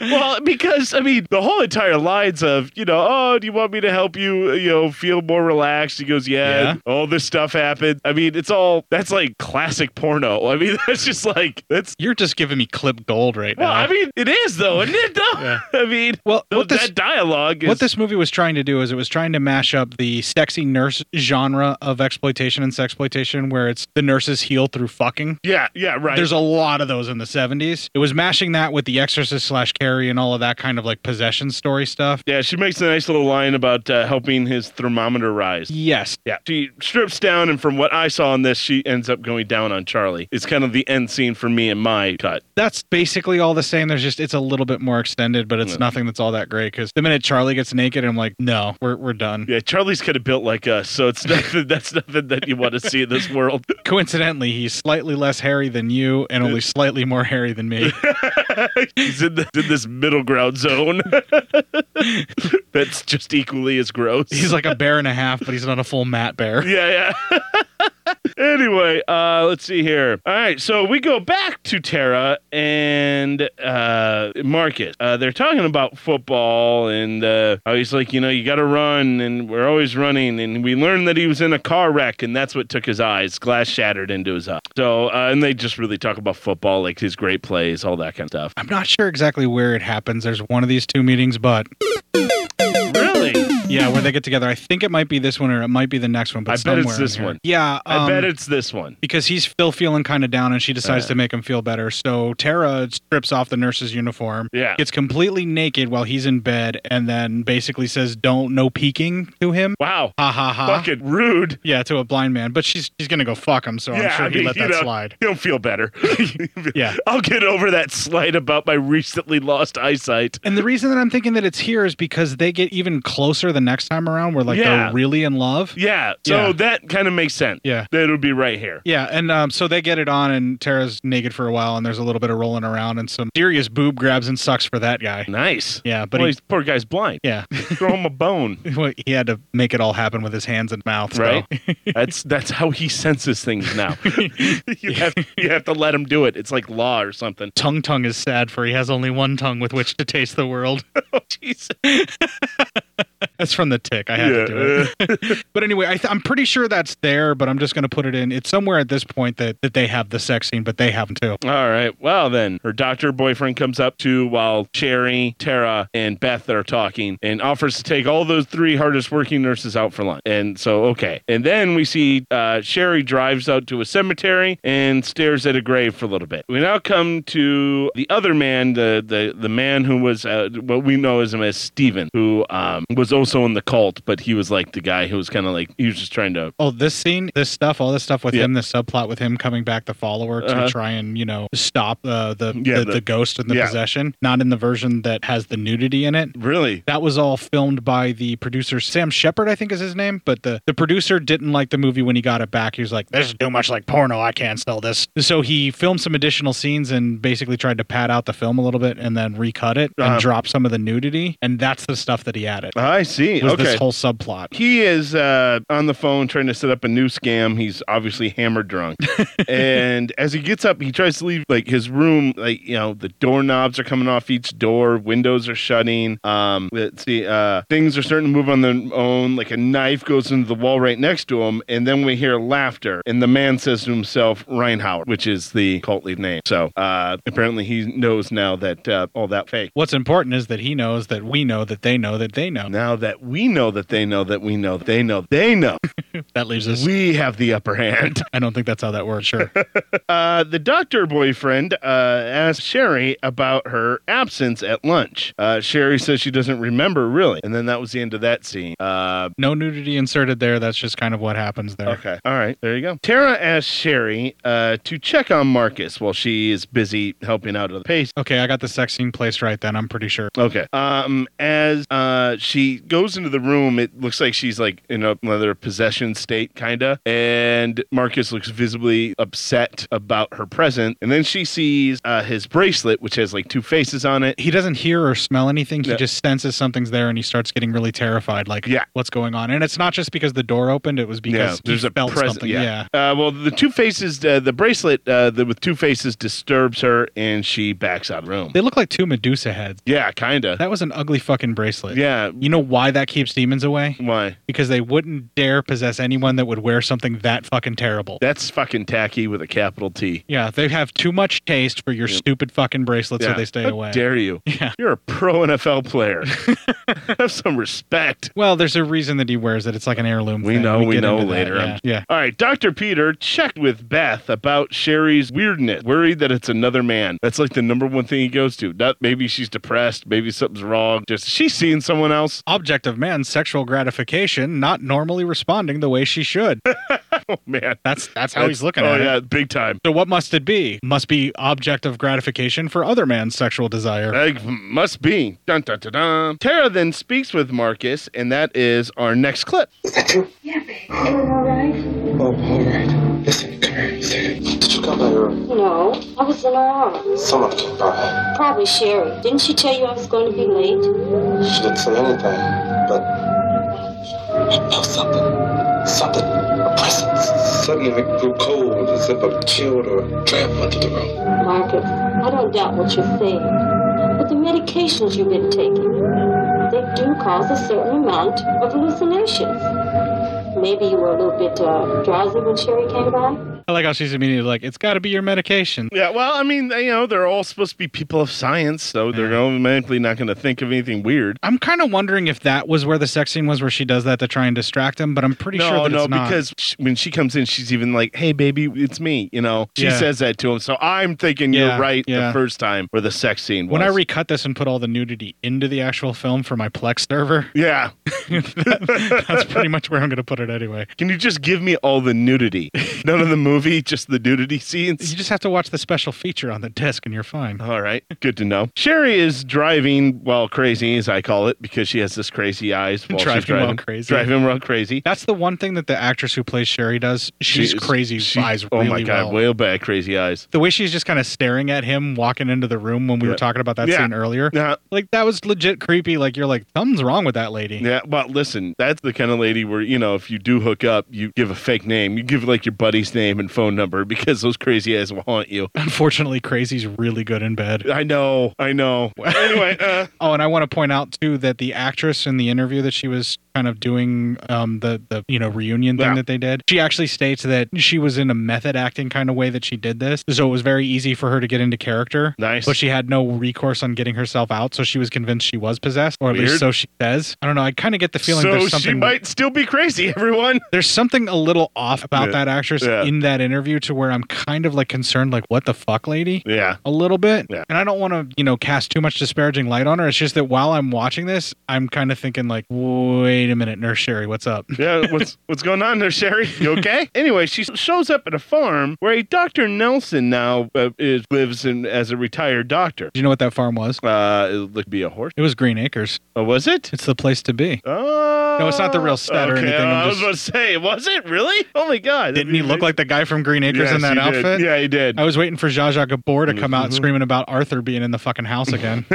well, because I mean, the whole entire lines of you know, oh, do you want me to help you? You know, feel more relaxed. He goes, yeah. Yeah. All this stuff happened. I mean, it's all that's like classic porno. I mean, that's just like that's you're just giving me clip gold right well, now. I mean, it is though, isn't it? Though, I mean, well, what that dialogue is what this movie was trying to do is it was trying to mash up the sexy nurse genre of exploitation and sexploitation where it's the nurses heal through fucking. Yeah, yeah, right. There's a lot of those in the 70s. It was mashing that with The Exorcist slash Carrie and all of that kind of like possession story stuff. Yeah, she makes a nice little line about uh, helping his thermometer rise. Yes. Yeah. She strips down, and from what I saw in this, she ends up going down on Charlie. It's kind of the end scene for me in my cut. That's basically all the same. There's just it's a little bit more extended, but it's Yeah. nothing that's all that great. Because the minute Charlie gets naked, I'm like, no, we're we're done. Yeah, Charlie's kind of built like us, so it's nothing. that's nothing that you want to see in this world. Coincidentally, he's slightly less hairy than you, and only slightly more hairy than me. He's in, the, in this middle ground zone. that's just equally as gross. He's like a bear and a half, but he's not a full mat bear. Yeah, yeah. anyway, uh, let's see here. All right, so we go back to Tara and uh, Marcus. Uh, they're talking about football, and uh, how he's like, you know, you got to run, and we're always running. And we learned that he was in a car wreck, and that's what took his eyes. Glass shattered into his eye. So, uh, and they just really talk about football, like his great plays, all that kind of stuff. I'm not sure exactly where it happens. There's one of these two meetings, but Really? yeah, where they get together. I think it might be this one or it might be the next one. But I bet somewhere it's in this here. one. Yeah, I bet um, it's this one. because he's still feeling kind of down and she decides Uh. to make him feel better. So Tara strips off the nurse's uniform, Yeah. gets completely naked while he's in bed, and then basically says, Don't no peeking to him. Wow. Ha ha ha. Fucking rude. Yeah, to a blind man. But she's she's gonna go fuck him, so I'm sure I he mean, let you that know, slide. He'll feel better. Yeah. I'll get over that slight about my recently lost eyesight. And the reason that I'm thinking that it's here is because they get even closer the next time around where like Yeah. they're really in love. Yeah. So Yeah. that kind of makes sense. Yeah. That it'll be right here. Yeah, and um, so they get it on, and Tara's naked for a while, and there's a little bit of rolling around, and some serious boob grabs and sucks for that guy. Nice. Yeah, but well, he- he's, poor guy's blind. Yeah. Throw him a bone. Well, he had to make it all happen with his hands and mouth, so- Right? that's that's how he senses things now. you have you have to let him do it. It's like law or something. Tongue tongue is sad for he has only one tongue with which to taste the world. Oh, That's from the tick. I had Yeah, to do it. but anyway, I th- I'm pretty sure that's there, but I'm just going to put it in. It's somewhere at this point that, that they have the sex scene, but they haven't too. All right. Well, then her doctor boyfriend comes up to while Cherry, Tara, and Beth are talking and offers to take all those three hardest working nurses out for lunch. And so, okay. And then we see uh, Sherry drives out to a cemetery and stares at a grave for a little bit. We now come to the other man, the the, the man who was uh, what we know as him as Stephen, who um, was also in the cult, but he was like the guy who was kind of like he was just trying to. Oh, this scene, this stuff, all this stuff with Yeah. him, the subplot with him coming back the follower to Uh-huh. try and, you know, stop uh, the, Yeah, the, the- the ghost and the yeah. possession, not in the version that has the nudity in it. Really? That was all filmed by the producer Sam Shepard, I think is his name, but the, the producer didn't like the movie when he got it back. He was like, This is too much like porno, I can't sell this. So he filmed some additional scenes and basically tried to pad out the film a little bit and then recut it and Uh-huh. drop some of the nudity. And that's the stuff that he added. I see. Was okay. this whole subplot. He is uh, on the phone trying to set up a new scam. He's obviously hammered drunk. and as he gets up, he tries to leave like his room. Like you know, the doorknobs are coming off each door. Windows are shutting. Um, let's see. Uh, things are starting to move on their own. Like a knife goes into the wall right next to him, and then we hear laughter. And the man says to himself, "Reinhardt," which is the cult lead name. So uh, apparently, he knows now that uh, all that fake. What's important is that he knows that we know that they know that they know. Now that we know that they know that we know they know they know. that leaves us. We have the upper hand. I don't think that's how that works. Sure. Uh, the doctor boyfriend uh, asked Sherry about her absence at lunch. Uh, Sherry says she doesn't remember really, and then that was the end of that scene. Uh, no nudity inserted there. That's just kind of what happens there. Okay. All right. There you go. Tara asks Sherry uh, to check on Marcus while she is busy helping out with the pace. Okay, I got the sex scene placed right then. I'm pretty sure. Okay. Um, as uh, she goes into the room, it looks like she's like in another possession state, kinda. And Marcus looks visibly upset about her present. And then she sees uh, his bracelet, which has like two faces on it. He doesn't hear or smell anything. He Yeah. just senses something's there and he starts getting really terrified. Like, yeah. what's going on? And it's not just because the door opened. It was because yeah, there's he a felt present. something. Yeah. Uh, well, the two faces, uh, the bracelet uh, the, with two faces disturbs her, and she backs out of the room. They look like two Medusa heads. Yeah, kinda. That was an ugly fucking bracelet. Yeah. You know why that keeps demons away? Why? Because they wouldn't dare possess anyone that would wear something that fucking terrible. That's fucking tacky with a capital T. yeah, they have too much taste for your stupid fucking bracelet, so Yeah. they stay How away. Dare you? Yeah. You're a pro NFL player. Have some respect. Well, there's a reason that he wears it. It's like an heirloom. We thing. know, Oh, we get know into that, later. Yeah. I'm- yeah. All right. Dr. Peter checked with Beth about Sherry's weirdness, worried that it's another man. That's like the number one thing he goes to. Not maybe she's depressed, maybe something's wrong. Just she's seeing someone else. Object of man's sexual gratification not normally responding the way she should. Oh man. That's that's how he's looking oh, at it. yeah, big time. So what must it be? Must be object of gratification for other man's sexual desire. Like, must be. Dun, dun, dun, dun. Tara then speaks with Marcus, and that is our next clip. Oh, all right. Listen, come here. Sit. Did you come by your room? No, I was alone. Someone came by. Probably Sherry. Didn't she tell you I was going to be late? She didn't say anything, but I felt something. Something. A presence. Suddenly it grew cold, as if a chill or trap went through the room. Marcus, I don't doubt what you're saying, but the medications you've been taking, they do cause a certain amount of hallucinations. Maybe you were a little bit uh, drowsy when Sherry came by. I like how she's immediately like, it's got to be your medication. Yeah, well, I mean, you know, they're all supposed to be people of science, so they're automatically not going to think of anything weird. I'm kind of wondering if that was where the sex scene was, where she does that to try and distract him. But I'm pretty no, sure that no, it's not. because sh when she comes in, she's even like, "Hey, baby, it's me." You know, she Yeah. says that to him. So I'm thinking Yeah, you're right yeah. the first time where the sex scene was. when I recut this and put all the nudity into the actual film for my Plex server, yeah, that's pretty much where I'm going to put it anyway. can you just give me all the nudity? None of the movie, just the nudity scenes. You just have to watch the special feature on the disc and you're fine. All right. Good to know. Sherry is driving while crazy, as I call it, because she has this crazy eyes. While Driving she's driving while crazy. Driving while crazy. That's the one thing that the actress who plays Sherry does. She's She is- crazy she- eyes Oh really my god, well. whale bad crazy eyes. The way she's just kind of staring at him walking into the room when we were Yeah. talking about that Yeah. scene earlier. Like that was legit creepy. Like you're like, something's wrong with that lady. Yeah, well, listen, that's the kind of lady where, you know, if you do hook up, you give a fake name. You give, like, your buddy's name and phone number because those crazy eyes will haunt you. Unfortunately, crazy's really good in bed. I know, I know. anyway, uh, Oh, and I want to point out too that the actress in the interview that she was kind of doing um, the the you know reunion thing that they did, she actually states that she was in a method acting kind of way that she did this, so it was very easy for her to get into character. Nice, but she had no recourse on getting herself out, so she was convinced she was possessed, or at least Weird. so she says. I don't know. I kind of get the feeling so there's she something might still be crazy, everyone. there's something a little off about Yeah. that actress Yeah. in that interview to where I'm kind of like concerned, like, what the fuck, lady? Yeah. A little bit. And I don't want to, you know, cast too much disparaging light on her. It's just that while I'm watching this, I'm kind of thinking, like, wait a minute, Nurse Sherry, what's up? yeah, what's what's going on there, Sherry? You okay? anyway, she shows up at a farm where a Dr. Nelson now uh, is, lives in as a retired doctor. Do you know what that farm was? Uh, it looked to be a horse. It was Green Acres. Oh, was it? It's the place to be. Oh, no, it's not the real stud or okay, anything. I I'm was just- about to say, was it really? Oh my god! Didn't he look like the guy from Green Acres Yes, in that he did. outfit? Yeah, he did. Mm-hmm. I was waiting for Zsa Zsa Gabor to come out screaming about Arthur being in the fucking house again.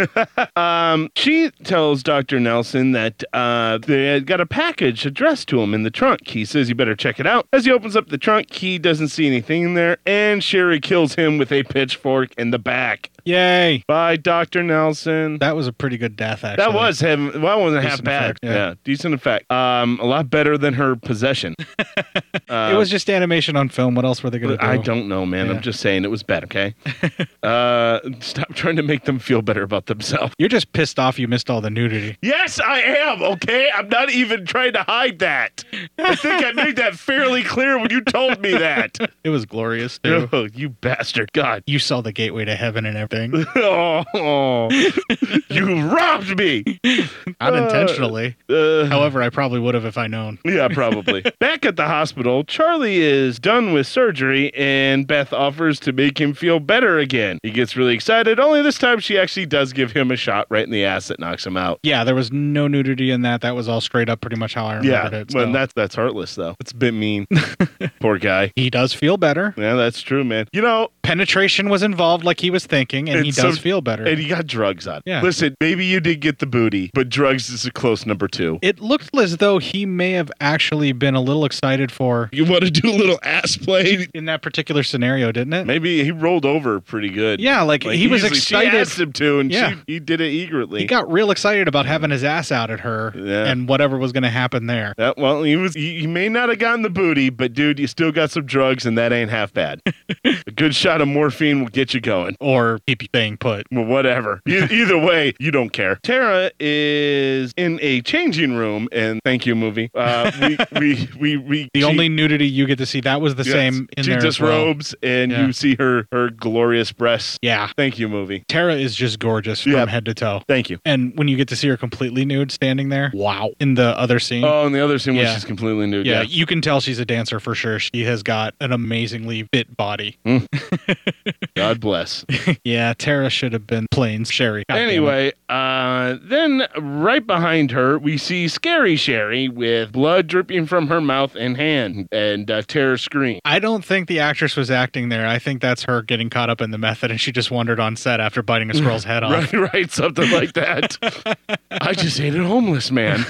Um, she tells Dr. Nelson that uh, they had got a package addressed to him in the trunk. He says, You better check it out. As he opens up the trunk, he doesn't see anything in there, and Sherry kills him with a pitchfork in the back. Yay! Bye, Doctor Nelson. That was a pretty good death. Actually, That was him. Well, that wasn't half Decent bad. effect, yeah. yeah. decent effect. Um, a lot better than her possession. Uh, it was just animation on film. What else were they going to do? I don't know, man. Yeah. I'm just saying it was bad. Okay. uh, stop trying to make them feel better about themselves. You're just pissed off. You missed all the nudity. Yes, I am. Okay, I'm not even trying to hide that. I think I made that fairly clear when you told me that. It was glorious. Too. Oh, you bastard! God, you saw the gateway to heaven and everything. oh, you robbed me. Unintentionally. Uh, However, I probably would have if I known. Yeah, probably. Back at the hospital, Charlie is done with surgery and Beth offers to make him feel better again. He gets really excited, only this time she actually does give him a shot right in the ass that knocks him out. Yeah, there was no nudity in that. That was all straight up, pretty much how I remembered yeah, it. well, so. that's that's heartless though. It's a bit mean. Poor guy. He does feel better. Yeah, that's true, man. You know, penetration was involved, like he was thinking, and, he some- does feel better. And he got drugs on. Yeah. Listen, maybe you did get the booty, but drugs is a close number two. it looked as though he may have actually been a little excited for you want to do a little ass play in that particular scenario, didn't it? Maybe he rolled over pretty good. Yeah, like, he was easily. excited. She asked him to, and Yeah. she, he did it eagerly. He got real excited about having his ass out at her Yeah. and whatever was going to happen there. Uh, well, he was. He, he may not have gotten the booty, but dude, you still got some drugs, and that ain't half bad. a good shot of morphine will get you going, or keep you thing put. Well, whatever. E- either way, you don't care. Tara is in a changing room, and thank you, movie. Uh, we, we, we, we. The she- only nudity you get to see that was the Yes, same in she there. as well. disrobes, and Yeah. you see her her glorious breasts. Yeah. Thank you, movie. Tara is just gorgeous from head to toe. Thank you. And when you get to see her completely nude standing there, wow. In the other scene. Oh, and the other scene where Mm-hmm. Yeah. she's completely nude. yeah, you can tell she's a dancer for sure. She has got an amazingly fit body. Mm. God bless. yeah, Tara should have been plain Sherry. God damn it. anyway, uh, then right behind her, we see Scary Sherry with blood dripping from her mouth and hand, and uh, Tara scream. I don't think the actress was acting there. I think that's her getting caught up in the method and she just wandered on set after biting a squirrel's head off. Right, right, something like that. I just ate a homeless man.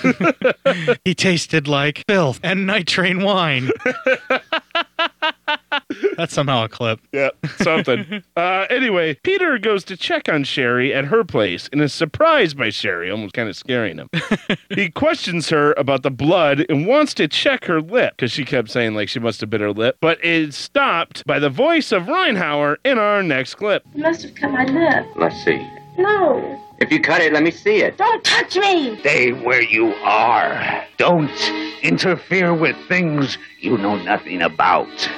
he tasted like filth and nitrate wine. That's somehow a clip. Yeah, something. uh, anyway, Peter goes to check on Sherry at her place and is surprised by Sherry, almost kind of scaring him. he questions her about the blood and wants to check her lip because she kept saying like she must have bit her lip, but is stopped by the voice of Reinhauer in our next clip. It must have cut my lip. Let's see. No, If you cut it, let me see it. don't touch me. Stay where you are. Don't interfere with things you know nothing about.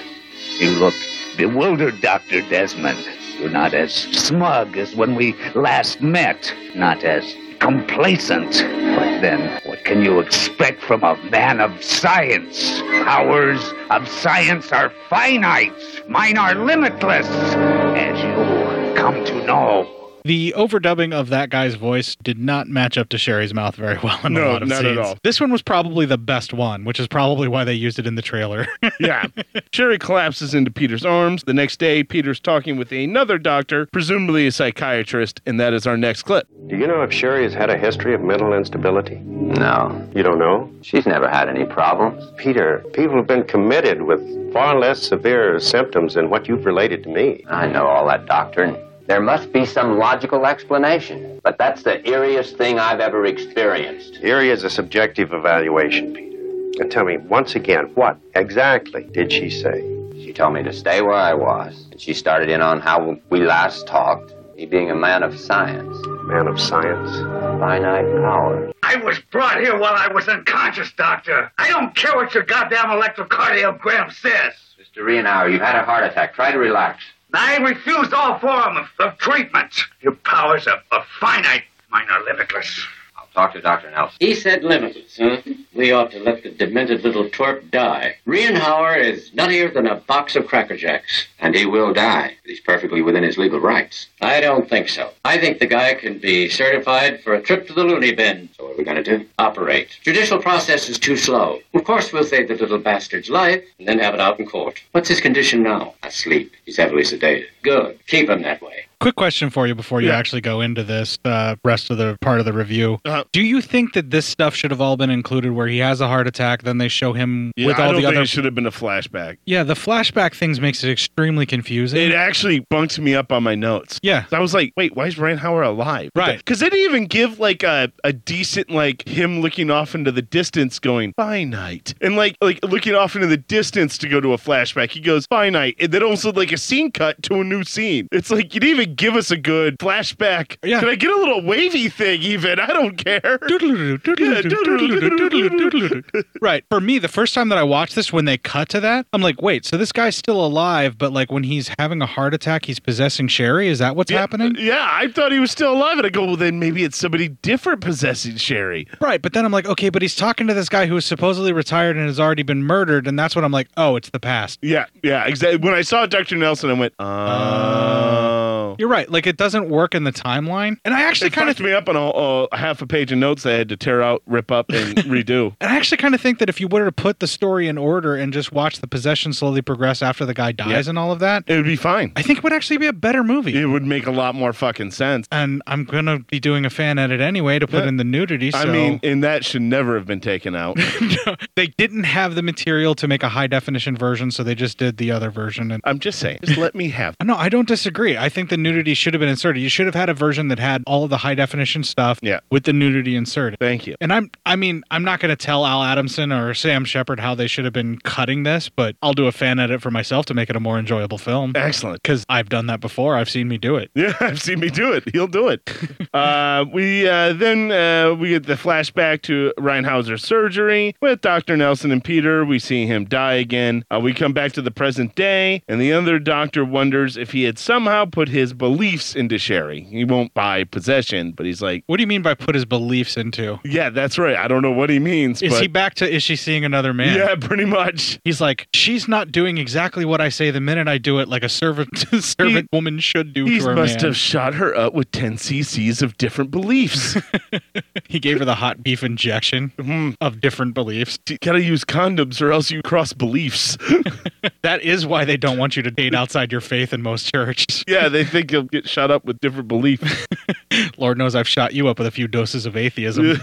You look bewildered, Dr. Desmond. You're not as smug as when we last met, not as complacent. But then, what can you expect from a man of science? Powers of science are finite, mine are limitless, as you come to know. The overdubbing of that guy's voice did not match up to Sherry's mouth very well in No, a lot of not at scenes. all. This one was probably the best one, which is probably why they used it in the trailer. yeah. Sherry collapses into Peter's arms. The next day, Peter's talking with another doctor, presumably a psychiatrist, and that is our next clip. Do you know if Sherry has had a history of mental instability? No. You don't know? She's never had any problems. Peter, people have been committed with far less severe symptoms than what you've related to me. I know all that doctrine. There must be some logical explanation, but that's the eeriest thing I've ever experienced. Eerie is a subjective evaluation, Peter. And tell me once again, what exactly did she say? She told me to stay where I was, and she started in on how we last talked, me being a man of science. Man of science? Finite power. I was brought here while I was unconscious, Doctor. I don't care what your goddamn electrocardiogram says. Mr. Rienauer, you had a heart attack. Try to relax. I refused all form of, of treatment. Your powers are, are finite. Mine are limitless. I'll talk to Dr. Nelson. He said limitless, huh? We ought to let the demented little twerp die. Rienhauer is nuttier than a box of Cracker Jacks, and he will die. He's perfectly within his legal rights. I don't think so. I think the guy can be certified for a trip to the loony bin. So what are we going to do? Operate. Judicial process is too slow. Of course, we'll save the little bastard's life and then have it out in court. What's his condition now? asleep. He's heavily sedated. Good. Keep him that way. Quick question for you before you Yeah. actually go into this uh, rest of the part of the review. Uh-huh. Do you think that this stuff should have all been included where he has a heart attack, then they show him Yeah, with I all don't the think other. it should have been a flashback. yeah, the flashback things makes it extremely confusing. It actually bunks me up on my notes. Yeah. I was like, wait, why is Ryan Howard alive? Right. Because they didn't even give like a, a decent like him looking off into the distance going, finite. And like like looking off into the distance to go to a flashback. He goes, finite. And then also like a scene cut to a new scene. It's like you didn't even give us a good flashback. Yeah. Can I get a little wavy thing even? I don't care. Yeah, right. For me, the first time that I watched this, when they cut to that, I'm like, wait, so this guy's still alive, but like when he's having a heart attack, he's possessing Sherry? Is that what's happening? Yeah, I thought he was still alive, and I go, well, then maybe it's somebody different possessing Sherry. Right, but then I'm like, okay, but he's talking to this guy who is supposedly retired and has already been murdered, and that's when I'm like, oh, it's the past. Yeah, yeah, exactly. When I saw Dr. Nelson, I went, oh. You're right. Like it doesn't work in the timeline. And I actually kind of me up on a, a half a page of notes I had to tear out, rip up, and redo. And I actually kind of think that if you were to put the story in order and just watch the possession slowly progress after the guy dies Yeah. and all of that, it would be fine. I think it would actually be a better movie. It would make a lot more fucking sense. And I'm gonna be doing a fan edit anyway to put Yeah. in the nudity. So I mean, and that should never have been taken out. they didn't have the material to make a high definition version, so they just did the other version. And I'm just saying, just let me have. No, I don't disagree. I think the nudity should have been inserted. You should have had a version that had all of the high definition stuff Yeah. with the nudity inserted. Thank you. And I'm I mean, I'm not going to tell Al Adamson or Sam Shepard how they should have been cutting this, but I'll do a fan edit for myself to make it a more enjoyable film. Excellent. Cuz I've done that before. I've seen me do it. Yeah, I've seen me do it. He'll do it. Uh, we uh, then uh, we get the flashback to Reinhauser's surgery with Doctor Nelson and Peter. We see him die again. Uh, we come back to the present day, and the other doctor wonders if he had somehow put his beliefs into Sherry. He won't buy possession, but he's like, "What do you mean by put his beliefs into?" Yeah, that's right. I don't know what he means. Is but he back to is she seeing another man? Yeah, pretty much. He's like, she's not doing exactly what I say the minute I do it, like a servant servant woman should do He to her must man. have shot her up with 10 cc's of different beliefs. he gave her the hot beef injection of different beliefs. Mm-hmm. You gotta use condoms or else you cross beliefs. that is why they don't want you to date outside your faith in most churches. yeah, they think he'll get shot up with different beliefs. Lord knows I've shot you up with a few doses of atheism.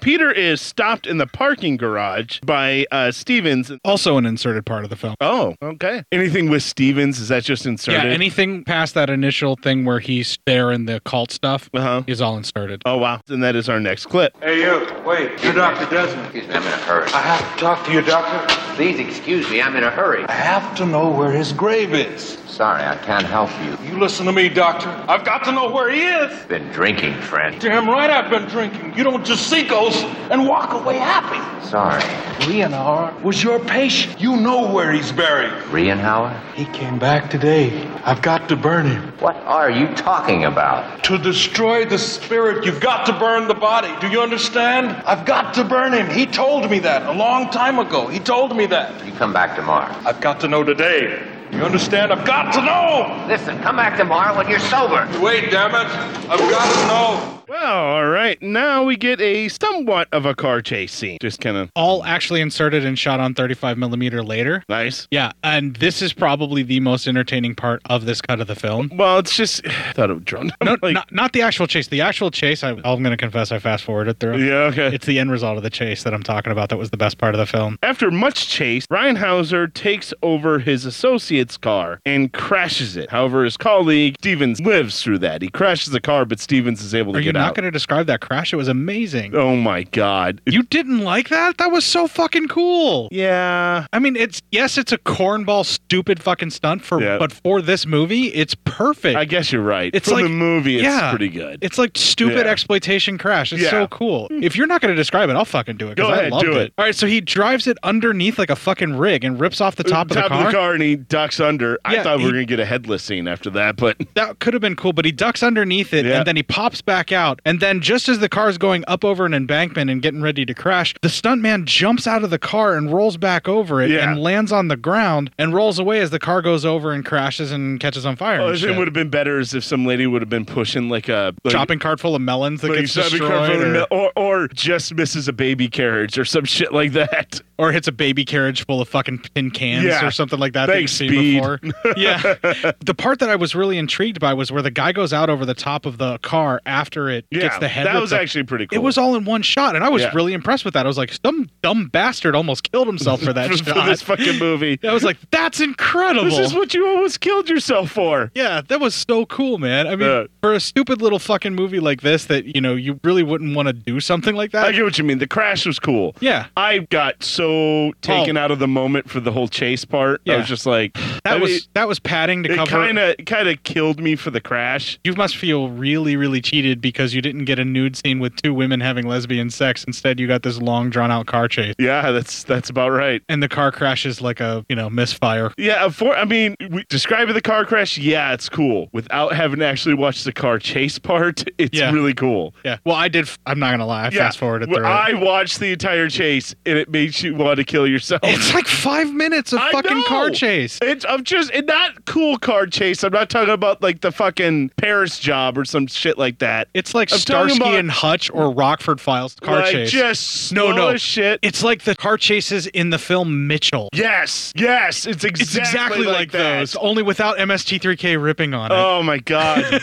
Peter is stopped in the parking garage by uh, Stevens. also an inserted part of the film. Oh, okay. Anything with Stevens, is that just inserted? Yeah, anything past that initial thing where he's there in the cult stuff is all inserted. Uh-huh. Oh wow. And that is our next clip. Hey, you. Wait. You're Dr. Desmond. Excuse me, I'm in a hurry. I have to talk to you, Doctor. Please excuse me, I'm in a hurry. I have to know where his grave is. Sorry, I can't help you. You listen to me, Doctor. I've got to know where he is. Been drinking, friend. Damn right I've been drinking. You don't just see ghosts and walk away happy. Sorry. Leonor was your patient. You know where he's buried. Rienhauer? He came back today. I've got to burn him. What are you talking about? To destroy the spirit, you've got to burn the body. Do you understand? I've got to burn him. He told me that a long time ago. He told me that. You come back tomorrow. I've got to know today. You understand? I've got to know. Listen, come back tomorrow when you're sober. Wait, damn it. I've got to know. Well, all right. Now we get a somewhat of a car chase scene. Just kind of All actually inserted and shot on 35 millimeter later. Nice. Yeah, and this is probably the most entertaining part of this cut of the film. Well, it's just thought it was drawn. No, not, not the actual chase. The actual chase, I, I'm going to confess, I fast forwarded through. Yeah, okay. It's the end result of the chase that I'm talking about that was the best part of the film. After much chase, Reinhauser takes over his associate's car and crashes it. However, his colleague Stevens lives through that. He crashes the car, but Stevens is able to Are you get not out. going to describe that crash? It was amazing. Oh my god. You didn't like that? That was so fucking cool. Yeah. I mean, it's yes, it's a cornball stupid fucking stunt for Yeah. but for this movie, it's perfect. I guess you're right. It's For like the movie, it's yeah. pretty good. It's like stupid Yeah. exploitation crash. It's Yeah. so cool. If you're not going to describe it, I'll fucking do it. 'cause Go I ahead, loved do it. All right, so he drives it underneath like a fucking rig and rips off the top, Uh, top of the car. and he ducks under. I Yeah, thought we he- were gonna get a headless scene after that, but that could have been cool, but he ducks underneath it Yeah. and then he pops back out out. And then just as the car's going up over an embankment and getting ready to crash, the stuntman jumps out of the car and rolls back over it Yeah. and lands on the ground and rolls away as the car goes over and crashes and catches on fire. Oh, and shit. it would have been better is if some lady would have been pushing like a like, Shopping cart full of melons that like gets a shopping cart destroyed, full of or- mel- or, or just misses a baby carriage or some shit like that. Or hits a baby carriage full of fucking tin cans Yeah. or something like that. that Thanks, you've speed. seen before. yeah. The part that I was really intrigued by was where the guy goes out over the top of the car after it Yeah, gets the head. that ripped was up. actually pretty cool. It was all in one shot, and I was Yeah. really impressed with that. I was like, some dumb bastard almost killed himself for that For shot. this fucking movie. I was like, that's incredible. This is what you almost killed yourself for. Yeah, that was so cool, man. I mean, Yeah. for a stupid little fucking movie like this, that you know, you really wouldn't want to do something like that. I get what you mean. The crash was cool. Yeah. I got so taken Oh. out of the moment for the whole chase part. I Yeah. was just like, That I was mean, that was padding to it cover. kind of kind of killed me for the crash. You must feel really, really cheated because you didn't get a nude scene with two women having lesbian sex. Instead, you got this long, drawn-out car chase. Yeah, that's that's about right. And the car crashes like a you know misfire. Yeah, for I mean, we, describing the car crash, yeah, it's cool. Without having actually watched the car chase part, it's Yeah. really cool. Yeah. Well, I did. f- I'm not gonna lie. I fast forwarded Well, through it. I watched the entire chase, and it makes you want to kill yourself. It's like five minutes of fucking car chase. It's I'm just and not cool car chase. I'm not talking about like the fucking Paris job or some shit like that. It's like I'm talking Starsky about- and Hutch or Rockford Files car Like, chase. just no, slow no as shit. It's like the car chases in the film Mitchell. Yes, yes, it's exactly, It's exactly like, like, that. those, only without MST3K ripping on it. Oh my god!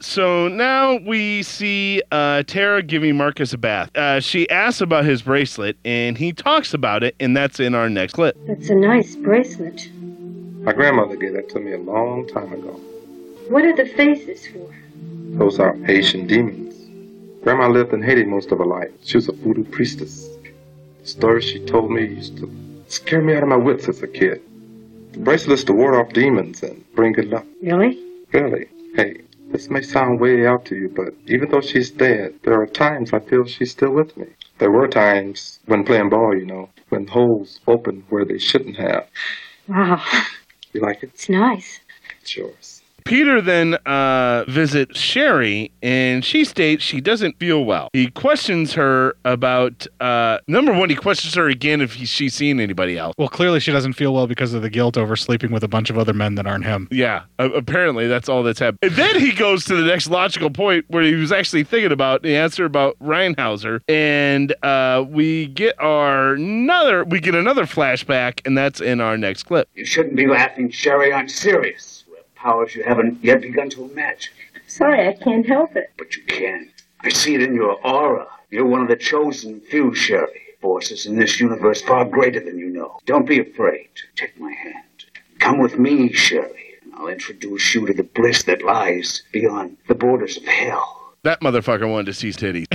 so now we see uh, Tara giving Marcus a bath. Uh, she asks about his bracelet, and he talks about it, and that's in our next clip. That's a nice bracelet. My grandmother gave that to me a long time ago. What are the faces for? Those are Haitian demons. Grandma lived in Haiti most of her life. She was a voodoo priestess. The stories she told me used to scare me out of my wits as a kid. The bracelets to ward off demons and bring good luck. Really? Really? Hey, this may sound way out to you, but even though she's dead, there are times I feel she's still with me. There were times when playing ball, you know, when holes opened where they shouldn't have. Wow, You like it? it's nice. It's yours. Peter then uh, visits Sherry, and she states she doesn't feel well. He questions her about uh, number one. He questions her again if he, she's seen anybody else. Well, clearly she doesn't feel well because of the guilt over sleeping with a bunch of other men that aren't him. Yeah, a- apparently that's all that's happened. And then he goes to the next logical point where he was actually thinking about the answer about Reinhauser, and uh, we get our another we get another flashback, and that's in our next clip. You shouldn't be laughing, Sherry. I'm serious. We have powers you haven't yet begun to imagine. Sorry, I can't help it. But you can. I see it in your aura. You're one of the chosen few, Sherry. Forces in this universe far greater than you know. Don't be afraid. Take my hand. Come with me, Sherry, and I'll introduce you to the bliss that lies beyond the borders of hell. That motherfucker wanted to see titties.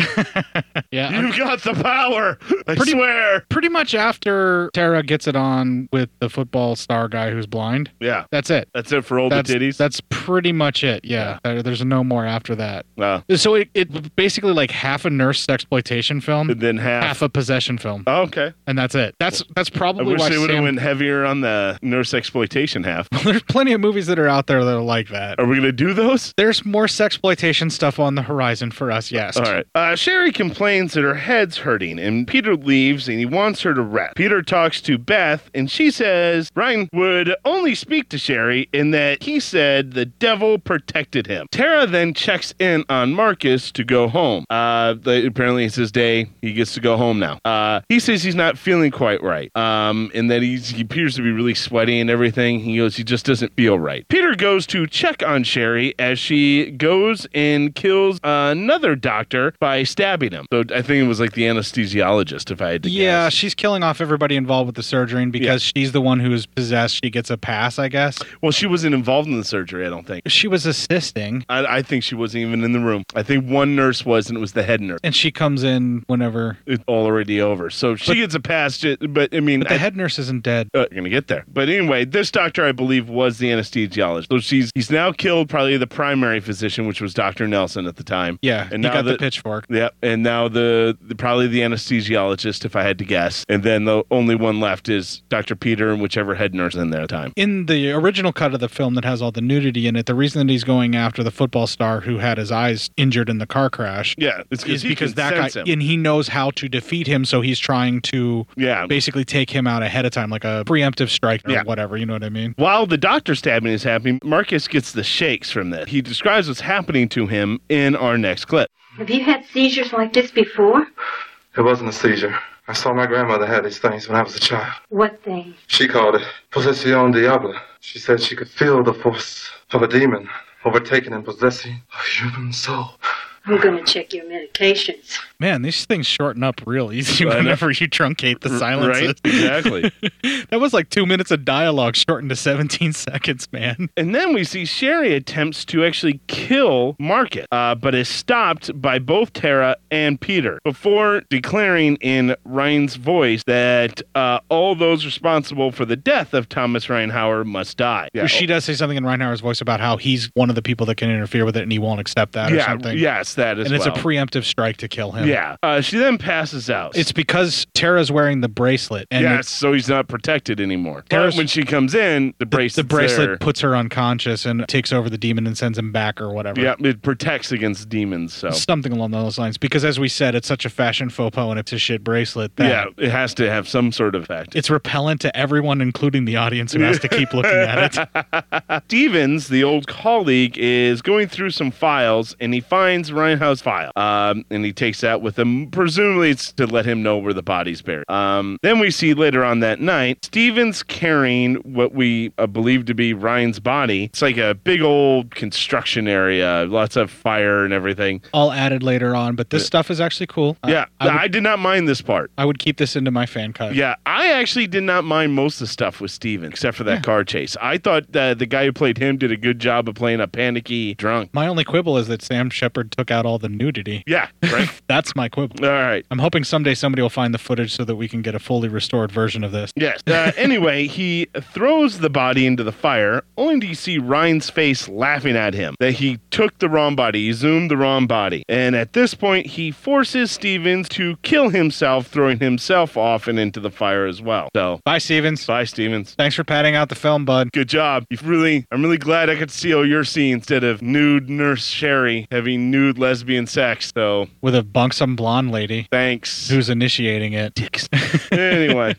yeah, you got the power. I swear. Pretty much after Tara gets it on with the football star guy who's blind. Yeah, that's it. That's it for old that's, titties. that's pretty much it. Yeah, There- there's no more after that. Wow. So it, it basically like half a nurse exploitation film, and then half, a possession film, Oh, okay. and that's it. That's that's probably I wish why they would have Sam- went heavier on the nurse exploitation half. There's plenty of movies that are out there that are like that. Are we gonna do those? There's more sexploitation stuff on the horizon for us. Yes. All right. Uh, Sherry complains that her head's hurting, and Peter leaves and he wants her to rest. Peter talks to Beth, and she says Ryan would only speak to Sherry in that he said the devil protected him. Tara then checks in on Marcus to go home. Uh, the, apparently, it's his day. He gets to go home now. Uh, he says he's not feeling quite right, um, and that he's, he appears to be really sweaty and everything. He goes, he just doesn't feel right. Peter goes to check on Sherry as she goes and kills another doctor by stabbing him. So I think it was like the anesthesiologist, if I had to Yeah, she's killing off everybody involved with the surgery, and because she's the one who's possessed, she gets a pass, I guess. Well, she wasn't involved in the surgery, I don't think. She was assisting, I, I think she wasn't even in the room. I think one nurse was, and it was the head nurse. and she comes in whenever. It's already over. So she gets a pass, ju- but I mean, But the I- head nurse isn't dead. Uh, you're gonna get there. But anyway, this doctor I believe was the anesthesiologist. So she's he's now killed probably the primary physician, which was Doctor Nelson at the time. Yeah, and he now got the pitchfork. Yep, and now the, the probably the anesthesiologist, if I had to guess, and then the only one left is Dr. Peter and whichever head nurse in there time. In the original cut of the film that has all the nudity in it, the reason that he's going after the football star who had his eyes injured in the car crash Yeah, it's is he because can that guy sense him. and he knows how to defeat him, so he's trying to Yeah. basically take him out ahead of time, like a preemptive strike or Yeah. whatever. You know what I mean? While the doctor stabbing is happening, Marcus gets the shakes from this. He describes what's happening to him in our next clip. Have you had seizures like this before? It wasn't a seizure. I saw my grandmother had these things when I was a child. What thing? She called it Possession Diabla. She said she could feel the force of a demon overtaking and possessing a human soul. I'm going to check your medications. Man, these things shorten up real easy I know. whenever you truncate the R- silences. right? Exactly. that was like two minutes of dialogue shortened to 17 seconds, man. And then we see Sherry attempts to actually kill Marcus, uh, but is stopped by both Tara and Peter before declaring in Ryan's voice that uh, all those responsible for the death of Thomas Reinhauer must die. She does say something in Reinhardt's voice about how he's one of the people that can interfere with it and he won't accept that or yeah, something. yes, that is. And it's a preemptive strike to kill him. Yeah, uh, she then passes out. It's because Tara's wearing the bracelet and yes, it- so he's not protected anymore. But Tara's- when she comes in, the bracelet. the bracelet puts her unconscious and takes over the demon and sends him back or whatever. Yeah, it protects against demons. So Something along those lines. Because as we said, it's such a fashion faux pas and it's a shit bracelet that yeah, it has to have some sort of effect. it's repellent to everyone, including the audience who has to keep looking at it. Stevens, the old colleague, is going through some files and he finds Reinhardt's file. Um, and he takes that with him. Presumably, it's to let him know where the body's buried. Um, then we see later on that night Stevens carrying what we uh, believe to be Ryan's body. It's like a big old construction area, lots of fire and everything. All added later on, but this stuff is actually cool. I- yeah, I would, I did not mind this part. I would keep this into my fan cut. Yeah, I actually did not mind most of the stuff with Steven, except for that car chase. I thought that the guy who played him did a good job of playing a panicky drunk. My only quibble is that Sam Shepard took out all the nudity. Yeah, right. That's my quibble. All right. I'm hoping someday somebody will find the footage so that we can get a fully restored version of this. Yes. Uh, anyway, he throws the body into the fire, only to see Ryan's face laughing at him that he took the wrong body, he zoomed the wrong body. And at this point, he forces Stevens to kill himself, throwing himself off and into the fire as well. So, bye, Stevens. Bye, Stevens. Thanks for padding out the film, bud. Good job. You've really, I'm really glad I could see all your scene instead of nude nurse Sherry having nude lesbian sex. So, With a bunksome blonde lady. Thanks. Who's initiating it. anyway.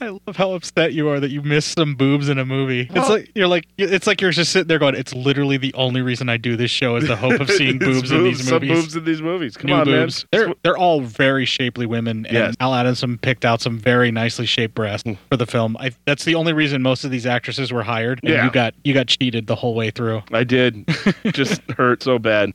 I love how upset you are that you missed some boobs in a movie. It's like you're like it's like you're just sitting there going, It's literally the only reason I do this show is the hope of seeing It's boobs, in these Some movies. boobs in these movies. Come New on, man. boobs. They're they're all very shapely women, and Yes. Mm. Al Adamson picked out some very nicely shaped breasts for the film. I, that's the only reason most of these actresses were hired. And Yeah. you got you got cheated the whole way through. I did. Just hurt so bad.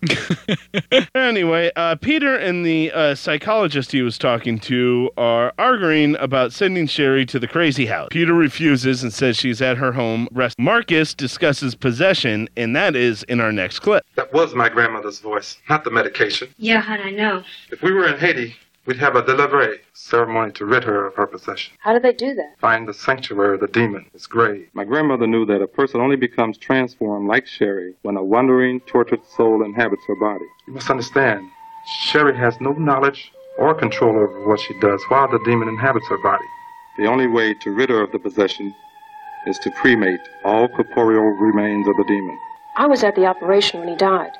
anyway, uh, Peter and the uh, psychologist he was talking to are arguing about sending Sherry to the crazy house. Peter refuses and says she's at her home. Rest. Marcus discusses possession, and that is in our next clip. That was my grandmother's voice, not the medication. Yeah, hon, I know. If we were in Haiti, we'd have a delivery ceremony to rid her of her possession. How do they do that? Find the sanctuary of the demon, its grave. My grandmother knew that a person only becomes transformed like Sherry when a wandering, tortured soul inhabits her body. You must understand, Sherry has no knowledge or control over what she does while the demon inhabits her body. The only way to rid her of the possession is to cremate all corporeal remains of the demon. I was at the operation when he died.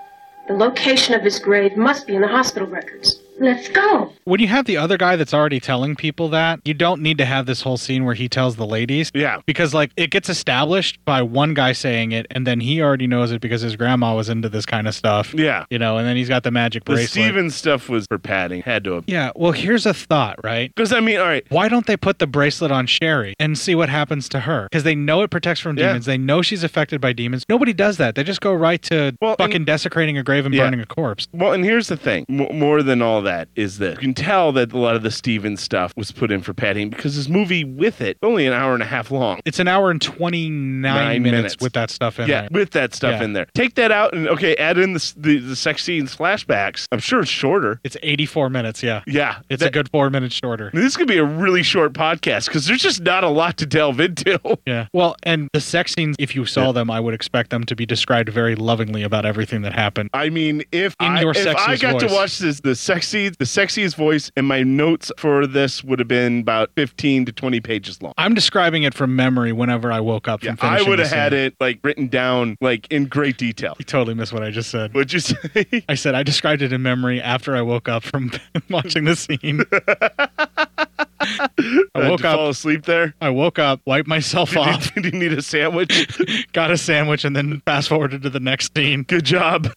The location of his grave must be in the hospital records. Let's go. When you have the other guy that's already telling people that, you don't need to have this whole scene where he tells the ladies. Yeah. Because, like, it gets established by one guy saying it, and then he already knows it because his grandma was into this kind of stuff. Yeah. You know, and then he's got the magic The bracelet. Steven stuff was for padding. Had to have. yeah, well, here's a thought, right? Because, I mean, all right. Why don't they put the bracelet on Sherry and see what happens to her? Because they know it protects from Yeah. demons. They know she's affected by demons. Nobody does that. They just go right to fucking desecrating a grave and Yeah. burning a corpse. Well, and here's the thing. M- more than all that is that you can tell that a lot of the Steven stuff was put in for padding because his movie with it only an hour and a half long. It's an hour and 29 Nine minutes, minutes. with that stuff in yeah, there. with that stuff Yeah. in there. Take that out and okay, add in the, s- the the sex scenes flashbacks. I'm sure it's shorter. It's 84 minutes, yeah. Yeah, It's a that- good four minutes shorter. I mean, this could be a really short podcast because there's just not a lot to delve into. Yeah. Well, and the sex scenes, if you saw them, I would expect them to be described very lovingly about everything that happened. I mean, if In I, your if I sexiest got to voice. watch this, the sexy, the sexiest voice, and my notes for this would have been about 15 to 20 pages long. I'm describing it from memory whenever I woke up from I finishing would have the had scene. it like written down like in great detail. You totally missed what I just said. What'd you say? I said I described it in memory after I woke up from watching the scene. I Did woke you up. fall asleep there? I woke up, wiped myself Did you- off. Did you need a sandwich? Got a sandwich and then fast forwarded to the next scene. Good job.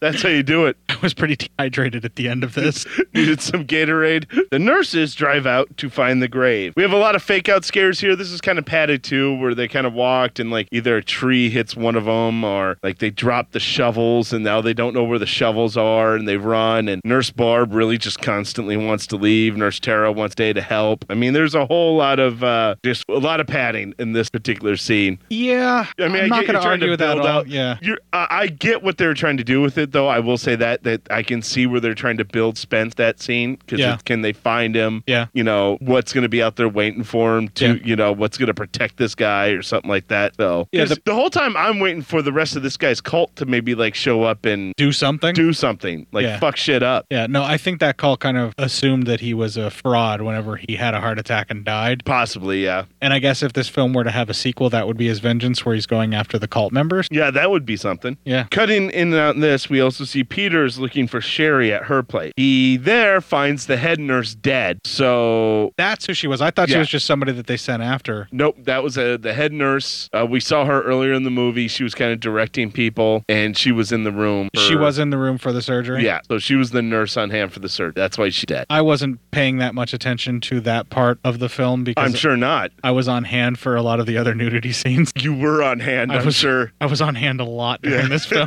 That's how you do it. I was pretty dehydrated at the end of this. Needed some Gatorade. The nurses drive out to find the grave. We have a lot of fake out scares here. This is kind of padded too, where they kind of walked and like either a tree hits one of them or like they drop the shovels and now they don't know where the shovels are and they run. And Nurse Barb really just constantly wants to leave. Nurse Tara wants Day to help. I mean, there's a whole lot of uh, just a lot of padding in this particular scene. Yeah, I mean, I I'm not going get you're to trying to argue with that. build at all. out- Yeah, You're, I I get what they're trying to do with it, though. I will say that that I can see where they're trying to build Spence that scene because Yeah. can they find him? Yeah. you know what's going to be out there waiting for him to, Yeah. you know, what's going to protect this guy or something like that. Though, Yeah, 'Cause the, whole time I'm waiting for the rest of this guy's cult to maybe like show up and do something, do something like Yeah. fuck shit up. yeah. No, I think that call kind of assumed that he was a fraud whenever he had a heart attack and died. Possibly, yeah. And I guess if this film were to have a sequel, that would be his vengeance, where he's going after the cult members. Yeah, that would be something. Yeah. Cutting in and out in this, we also see Peter's looking for Sherry at her place. He there finds the head nurse dead. So that's who she was. I thought she Yeah. was just somebody that they sent after. Nope, that was uh the head nurse. Uh, we saw her earlier in the movie. She was kind of directing people, and she was in the room. She for- was in the room for the surgery. Yeah, so she was the nurse on hand for the surgery. That's why she dead. I wasn't paying that much attention to that part of the film because I'm sure not. I was on hand for a lot of the other nudity scenes. You were on hand, I I'm was, sure. I was on hand a lot during this film.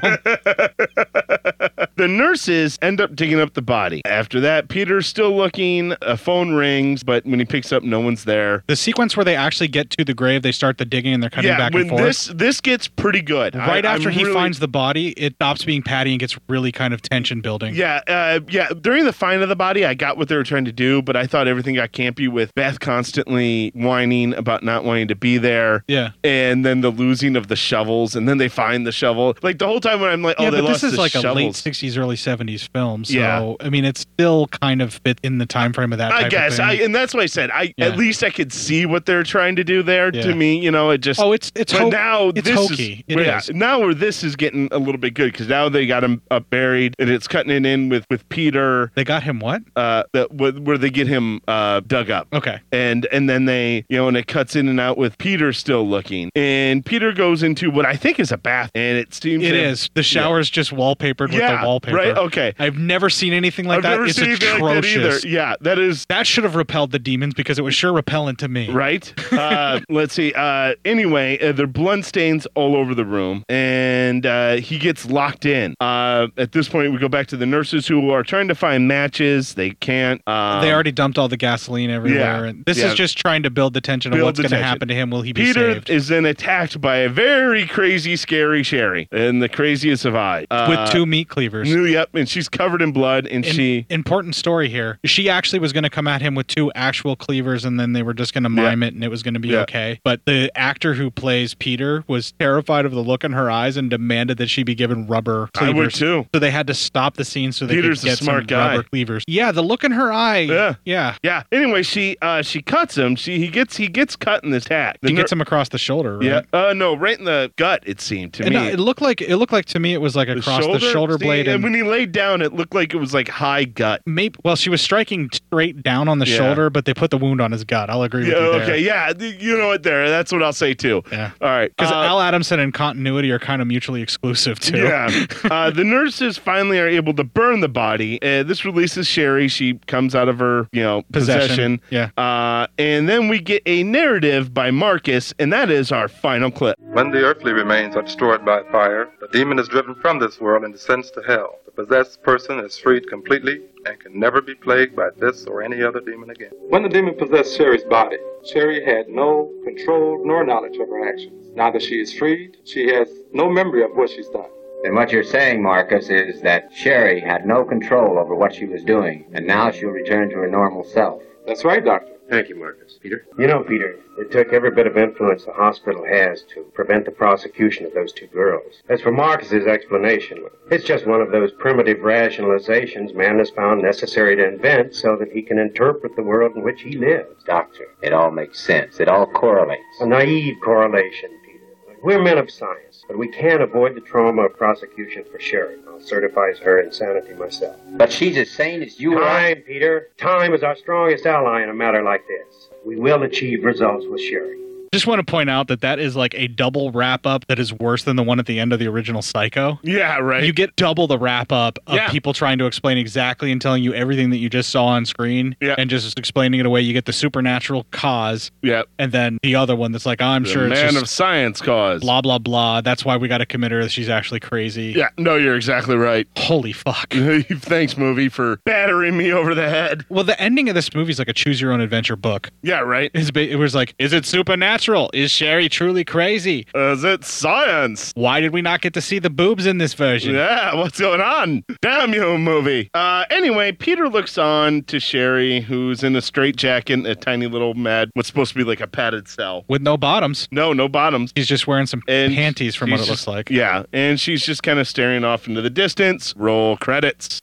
The nurses end up digging up the body. After that, Peter's still looking. A phone rings, but when he picks up, no one's there. The sequence where they actually get to the grave, they start the digging and they're cutting yeah, back when and forth. this this gets pretty good. I- right after I'm he really- finds the body, it stops being Patty and gets really kind of tension building. Yeah, uh, yeah. During the find of the body, I got what they were trying to do, but I thought everything got campy with Beth constantly whining about not wanting to be there. Yeah. And then the losing of the shovels, and then they find the shovel. Like the whole time when I'm like, oh, yeah, they but lost this is the like a late shovels. '60s, early '70s film, so Yeah. I mean, it still kind of fit in the time frame of that. type I of guess, thing. I, and that's why I said I Yeah. at least I could see what they're trying to do there. Yeah. To me, you know, it just Oh, it's- it's but ho- now it's this hokey. Is, It yeah, is. now where this is getting a little bit good because now they got him up buried and it's cutting it in with with Peter. They got him what? Uh, that where, where they get him uh dug up. Okay. and and then they you know and it cuts in and out with peter still looking and peter goes into what i think is a bath and it seems It to- is. The shower's just wallpapered with Yeah, the wallpaper. right, okay. I've never seen anything like I've that. never it's seen anything like that atrocious. either. Yeah, that is. That should have repelled the demons because it was sure repellent to me. right uh let's see uh anyway uh, there are blood stains all over the room and uh he gets locked in uh at this point we go back to the nurses who are trying to find matches they can't um, they already dumped all the gasoline everywhere. yeah, and this yeah. is just trying to build the tension of Build what's the going to tension. happen to him. Will he be Peter saved? is then attacked by a very crazy, scary Sherry, and the craziest of I. Uh, With two meat cleavers. New, yep, and she's covered in blood, and In- she important story here. She actually was going to come at him with two actual cleavers, and then they were just going to mime it, and it was going to be Yeah. okay. But the actor who plays Peter was terrified of the look in her eyes and demanded that she be given rubber I cleavers. would too. So they had to stop the scene so they Peter's could a get smart some guy. rubber cleavers. Yeah, the look in her eye. Yeah, yeah. Yeah. Anyway, she uh she cuts him. She he gets he gets cut in this attack. The He gets ner- him across the shoulder. Right? Yeah. Uh no, right in the gut. It seemed to And uh, me. it looked like it looked like to me it was like across the shoulder See, blade and and when he laid down, it looked like it was like high gut. maybe well she was striking straight down on the Yeah. shoulder but they put the wound on his gut i'll agree Yeah, with you there. okay. Yeah. th- You know what? There. That's what I'll say too. Yeah. All right. because uh, al adamson and continuity are kind of mutually exclusive too Yeah. uh, the nurses finally are able to burn the body. Uh, this releases Sherry. She comes out of her, you know, Possession. possession. Yeah. Uh, and then we get a narrative by Marcus, and that is our final clip. When the earthly remains are destroyed by fire, the demon is driven from this world and descends to hell. The possessed person is freed completely and can never be plagued by this or any other demon again. When the demon possessed Sherry's body, Sherry had no control nor knowledge of her actions. Now that she is freed, she has no memory of what she's done. Then what you're saying, Marcus, is that Sherry had no control over what she was doing, and now she'll return to her normal self. That's right, Doctor. Thank you, Marcus. Peter? You know, Peter, it took every bit of influence the hospital has to prevent the prosecution of those two girls. As for Marcus's explanation, it's just one of those primitive rationalizations man has found necessary to invent so that he can interpret the world in which he lives, Doctor. It all makes sense. It all correlates. A naive correlation, Peter. We're men of science, but we can't avoid the trauma of prosecution for Sherry. I'll certify her insanity myself. But she's as sane as you are. Time, Peter. Time is our strongest ally in a matter like this. We will achieve results with Sherry. Just want to point out that that is like a double wrap up that is worse than the one at the end of the original Psycho. Yeah, right. You get double the wrap up of Yeah. people trying to explain exactly and telling you everything that you just saw on screen Yeah. and just explaining it away. You get the supernatural cause. Yeah. And then the other one that's like, I'm The sure it's man just of science cause. blah, blah, blah. That's why we got to commit her. She's actually crazy. Yeah, no, you're exactly right. Holy fuck. Thanks, movie, for battering me over the head. Well, the ending of this movie is like a choose your own adventure book. Yeah, right. It's ba- it was like, is it supernatural? Is Sherry truly crazy? Is it science? Why did we not get to see the boobs in this version? Yeah, what's going on? Damn you, movie. Uh, anyway, Peter looks on to Sherry, who's in a straitjacket and a tiny little mad, what's supposed to be like a padded cell. With no bottoms. No, no bottoms. He's just wearing some And panties from what she's it looks just- like. Yeah, and she's just kind of staring off into the distance. Roll credits.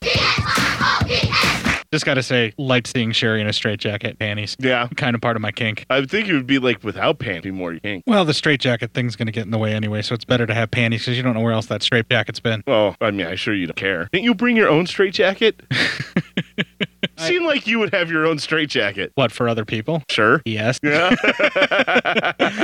Just gotta say, liked seeing Sherry in a straitjacket, panties. Yeah. Kind of part of my kink. I would think it would be like without pants, be more king. Well, the straitjacket thing's gonna get in the way anyway, so it's better to have panties because you don't know where else that straitjacket's been. Well, I mean, I'm sure you don't care. Didn't you bring your own straitjacket? Seemed like you would have your own straitjacket. What, for other people? Sure. Yes. Yeah.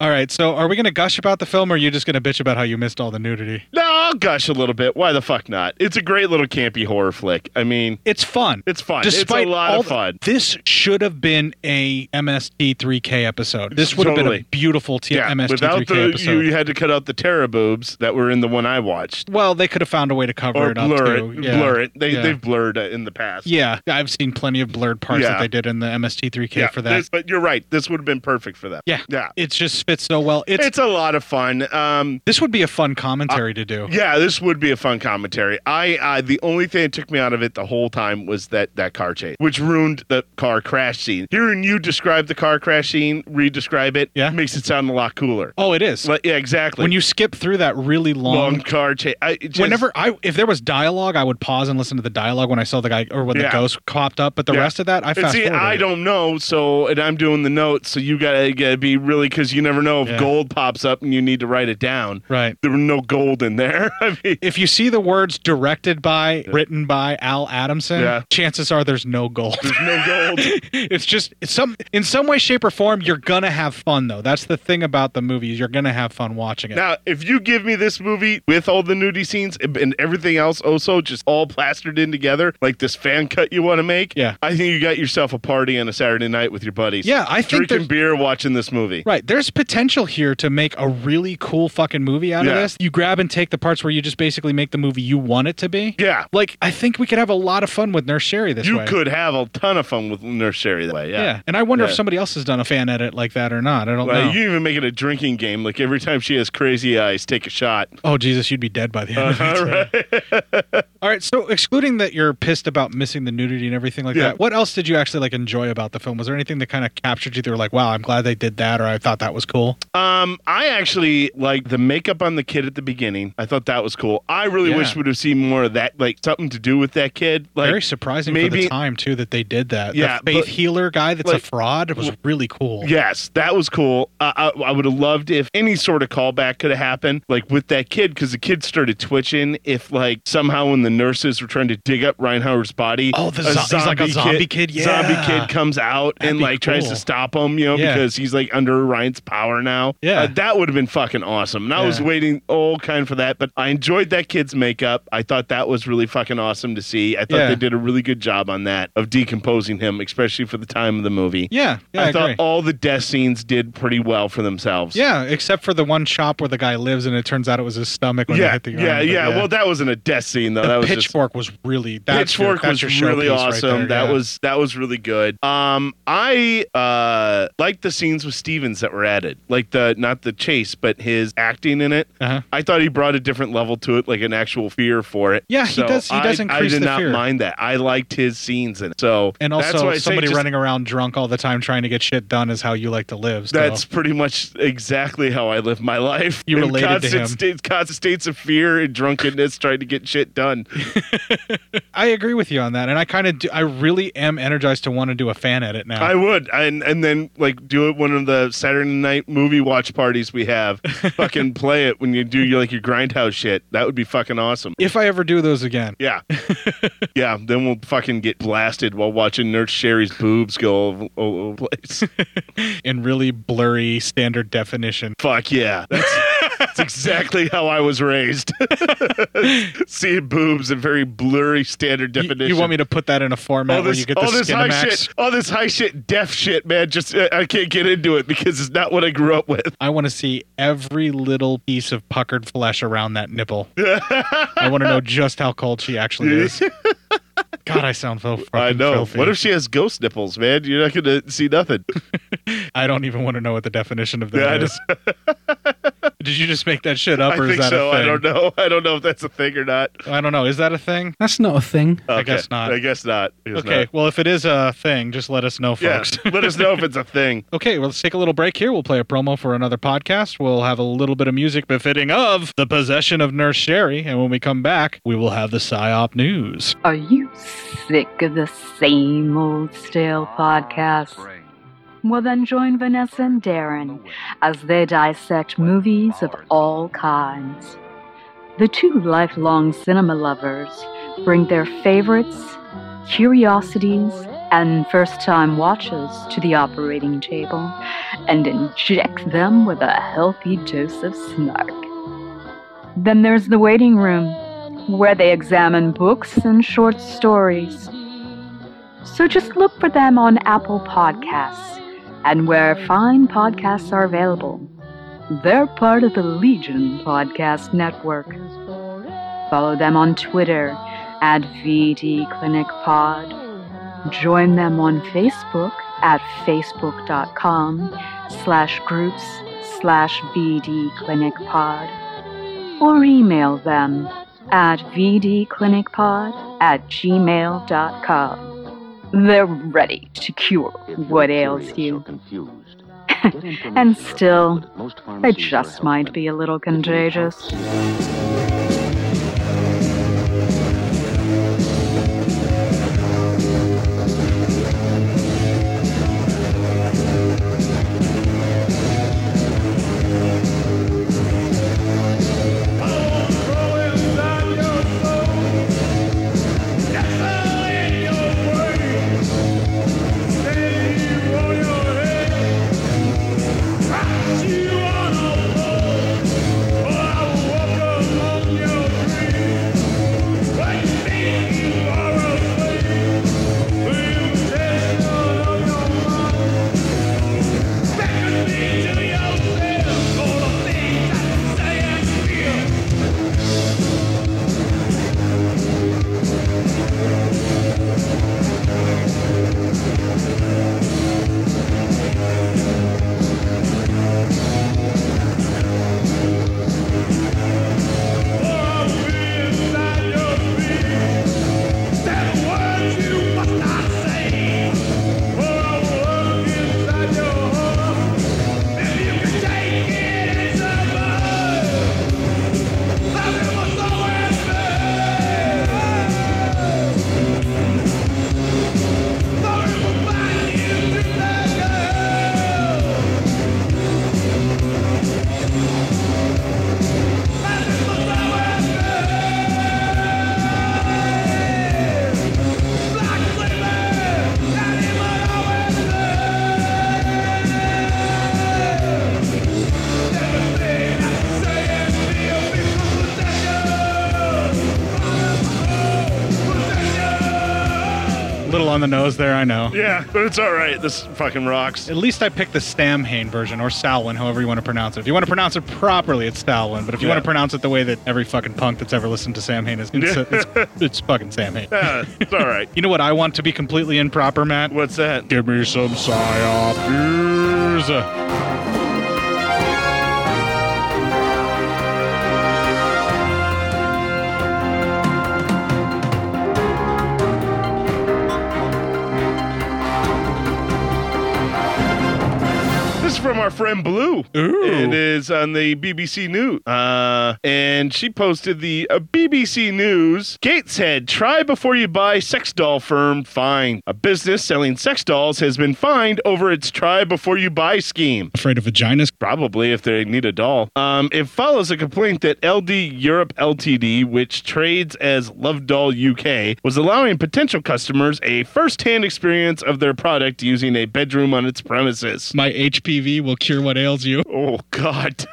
All right, so are we gonna gush about the film or are you just gonna bitch about how you missed all the nudity? No, I'll gush a little bit. Why the fuck not? It's a great little campy horror flick. I mean, it's fun. It's fun. Despite it's a lot all of the- fun. This should have been a MST3K episode. This would have been Totally. a beautiful t- yeah, MST3K without the episode. you had to cut out the terror boobs that were in the one I watched well, they could have found a way to cover or it up blur too. it. Yeah. Blur it. They yeah. they've blurred it in the past. Yeah, I've seen plenty of blurred parts Yeah. that they did in the MST3K Yeah, for that. this- but you're right. This would have been perfect for that. yeah, yeah. It just fits so well. It's it's a lot of fun. Um, Uh, this would be a fun commentary to do. Yeah, this would be a fun commentary. I uh, the only thing that took me out of it the whole time was that that car chase, which ruined the car crash scene. Hearing you describe the car crash scene, re-describe it, yeah. makes it sound a lot cooler. Oh, it is. yeah, exactly. When you skip through that really long, long, car chase, I, it just- whenever I if there was dialogue, I would pause and listen to the dialogue when I saw the guy or when the Yeah. ghost popped up. But the Yeah. rest of that, I And fast see. forwarded. I don't know, so and I'm doing the notes, so you gotta, gotta be really because you never know if gold pops up and you need to write it down. Right. There were no gold in there. I mean, if you see the words directed by, written by Al Adamson, Yeah. chances are there's no gold. There's no gold. it's just it's some in some way, shape, or form, you're gonna have fun though. That's the thing about the movie, is you're gonna have fun watching it. Now, if you give me this movie with all the nudie scenes and and everything else, also just all plastered in together, like this fan cut you want to make, Yeah. I think you got yourself a party on a Saturday night with your buddies. Yeah, I think drinking there's- beer, watching this movie. Right, there's potential here to make a really cool fucking movie out of Yeah. this. You grab and take the parts where you just basically make the movie you want it to be. Yeah, like I think we could have a lot of fun with Nurse Sherry this you way. could have a ton of fun with Nurse Sherry that way. Yeah, yeah. and I wonder Yeah. if somebody else has done a fan edit like that or not. I don't Well, know. You even make it a drinking game. Like every time she has crazy eyes, take a shot. Oh Jesus, you'd be dead by the end. of it. Uh-huh, right. All right, so excluding that you're pissed about missing the nudity and everything like Yeah. that, what else did you actually like enjoy about the film? Was there anything that kind of captured you? They were like, "Wow, I'm glad they did that," or "I thought that was cool." Um, I actually like the makeup on the kid at the beginning. I thought that was cool. I really Yeah. wish we would have seen more of that, like something to do with that kid. Like Very surprising for the time too that they did that. The Yeah, faith but- healer guy that's a like- fraud was really cool. Yes, that was cool. Uh, I, I would have loved if any sort of callback could have happened, like with that kid, because the kid started twitching. If like somehow when the nurses were trying to dig up Reinhardt's body, Oh, the zo- he's like a zombie kid? zombie Yeah. kid comes out That'd and be like tries cool. to stop him, you know, Yeah. because he's like under Ryan's power now. Yeah, that would have been fucking awesome. And I was waiting all kind for that, but I enjoyed that kid's makeup. I thought that was really fucking awesome to see. I thought Yeah. they did a really good job on that of decomposing him, especially for the time of the movie. Yeah, yeah, I I thought agree. all the death scenes did pretty well for themselves. Yeah, except for the one shop where the guy lives, and it turns out it was his stomach when they yeah, hit the arm, yeah, but yeah, Well, that wasn't a death scene though. The that was just- pitchfork was really that's your- Pitchfork that's was your really showpiece right awesome. there, that yeah. was that was really good. Um, I uh liked the scenes with Stevens that were added, like the not the chase, but his acting in it. Uh-huh. I thought he brought a different level to it, like an actual fear for it. Yeah, he So does- he does I, I increase did the not fear. mind that. I liked his scenes in it. So And that's why I also, say somebody just- running around drunk all the time trying to get shit done is how you like to live. still. That's pretty much exactly how I live my life. You In related to constant him. States, constant states of fear and drunkenness, trying to get shit done. I agree with you on that, and I kind of, I really am energized to want to do a fan edit now. I would, and and then like do it one of the Saturday night movie watch parties we have. fucking play it when you do your like your grindhouse shit. That would be fucking awesome. if I ever do those again, Yeah, yeah. Then we'll fucking get blasted while watching Nurse Sherry's boobs go all, all over the place. in really blurry standard definition. Fuck yeah, that's, that's exactly how I was raised. Seeing boobs in very blurry standard definition. You want me to put that in a format where you get the all this high Skinamax? shit, all this high shit, deaf shit, man. Just uh, I can't get into it because it's not what I grew up with. I want to see every little piece of puckered flesh around that nipple. I want to know just how cold she actually is. God, I sound so fucking I know. filthy. What if she has ghost nipples, man? You're not going to see nothing. I don't even want to know what the definition of that Yeah, I is. Did you just make that shit up, I or think is that so. a thing? I don't know. I don't know if that's a thing or not. I don't know. Is that a thing? That's not a thing. I Okay. guess not. I guess not. I guess okay. not. Well, if it is a thing, just let us know, Yeah, folks. let us know if it's a thing. Okay, well, let's take a little break here. We'll play a promo for another podcast. We'll have a little bit of music befitting of the possession of Nurse Sherry. And when we come back, we will have the PSYOP news. Are you sick of the same old stale podcast? Well, then join Vanessa and Darren as they dissect movies of all kinds. The two lifelong cinema lovers bring their favorites, curiosities, and first time watches to the operating table and inject them with a healthy dose of snark. Then there's the waiting room, where they examine books and short stories. So just look for them on Apple Podcasts and where fine podcasts are available. They're part of the Legion Podcast Network. Follow them on Twitter at VD Clinic Pod. Join them on Facebook at facebook.com slash groups slash VD Clinic Pod or email them at vdclinicpod at gmail.com. They're ready to cure what ails you. and still, they just might be a little contagious. Thank you on the nose there, I know. Yeah, but it's all right. This fucking rocks. At least I picked the Stamhain version or Salwin, however you want to pronounce it. If you want to pronounce it properly, it's Salwin. But if you Yeah. want to pronounce it the way that every fucking punk that's ever listened to Sam Hain is, it's, Yeah. it's, it's fucking Sam Hain. Yeah, it's all right. You know what I want to be completely improper, Matt? What's that? Give me some psyop news. This is from our friend Blue. It is on the BBC News. Uh, and she posted the uh, BBC News Gateshead Try Before You Buy Sex Doll Firm Fine. A business selling sex dolls has been fined over its Try Before You Buy scheme. Afraid of vaginas? Probably if they need a doll. Um, it follows a complaint that LD Europe Ltd, which trades as Love Doll UK, was allowing potential customers a first hand experience of their product using a bedroom on its premises. My HPV will cure what ails you. Oh, God.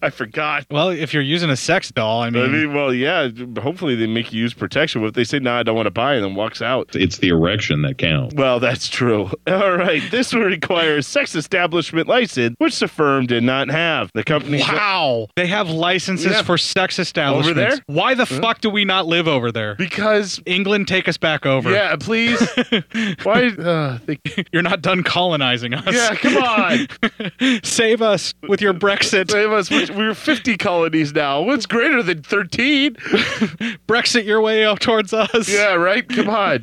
I forgot. Well, if you're using a sex doll, I mean, well, yeah. Hopefully, they make you use protection. But if they say, "No, I don't want to buy," it, then walks out. It's the erection that counts. Well, that's true. All right, this would require a sex establishment license, which the firm did not have. The company. Wow. They have licenses Yeah. for sex establishments. there? Why the Huh? fuck do we not live over there? Because England, take us back over. Yeah, please. Why? Uh, You're not done colonizing us. Yeah, come on. Save us with your Brexit. Save us. with- We're 50 colonies now. What's greater than 13? Brexit your way out towards us. Yeah, right? Come on.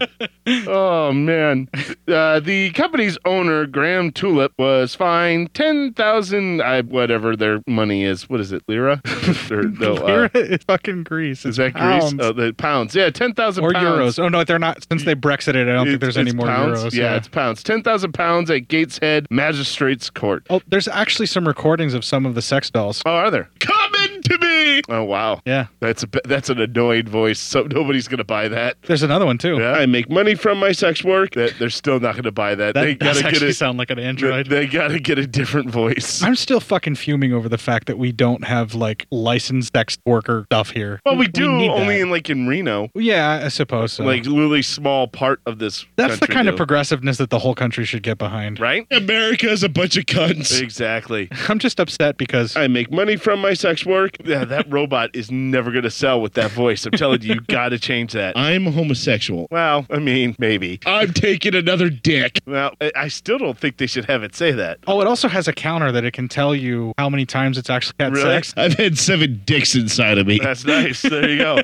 oh, man. Uh, the company's owner, Graham Tulip, was fined 10,000, I- whatever their money is. What is it, lira? or, no, uh, Here is fucking Greece. is that Greece? Oh, the pounds. Yeah, 10,000 or pounds. euros. Oh no, they're not. Since they Brexited, I don't think there's any more pounds? euros. Yeah, it's pounds. 10,000 pounds at Gateshead Magistrates Court. Oh, there's actually some recordings of some of the sex dolls. Oh, are there? Coming to me! Oh, wow. Yeah. That's a, that's an annoying voice. So nobody's going to buy that. There's another one too. Yeah, I make money from my sex work. That they're still not going to buy that. That they does gotta get actually a, sound like an android. They, got to get a different voice. I'm still fucking fuming over the fact that we don't have like licensed sex worker stuff here. Well, we do need only that. in like in Reno, yeah, I suppose so. like really small part of this. that's the country kind of do. progressiveness that the whole country should get behind. right? America is a bunch of cunts. Exactly. I'm just upset because I make money from my sex work. Yeah, that robot is never going to sell with that voice. I'm telling you, you got to change that. I'm homosexual. Well, I mean, maybe. I'm taking another dick. Well, I- I still don't think they should have it say that. Oh, it also has a counter that it can tell you how many times it's actually had sex. I've had seven dicks inside of me. That's nice. There you go.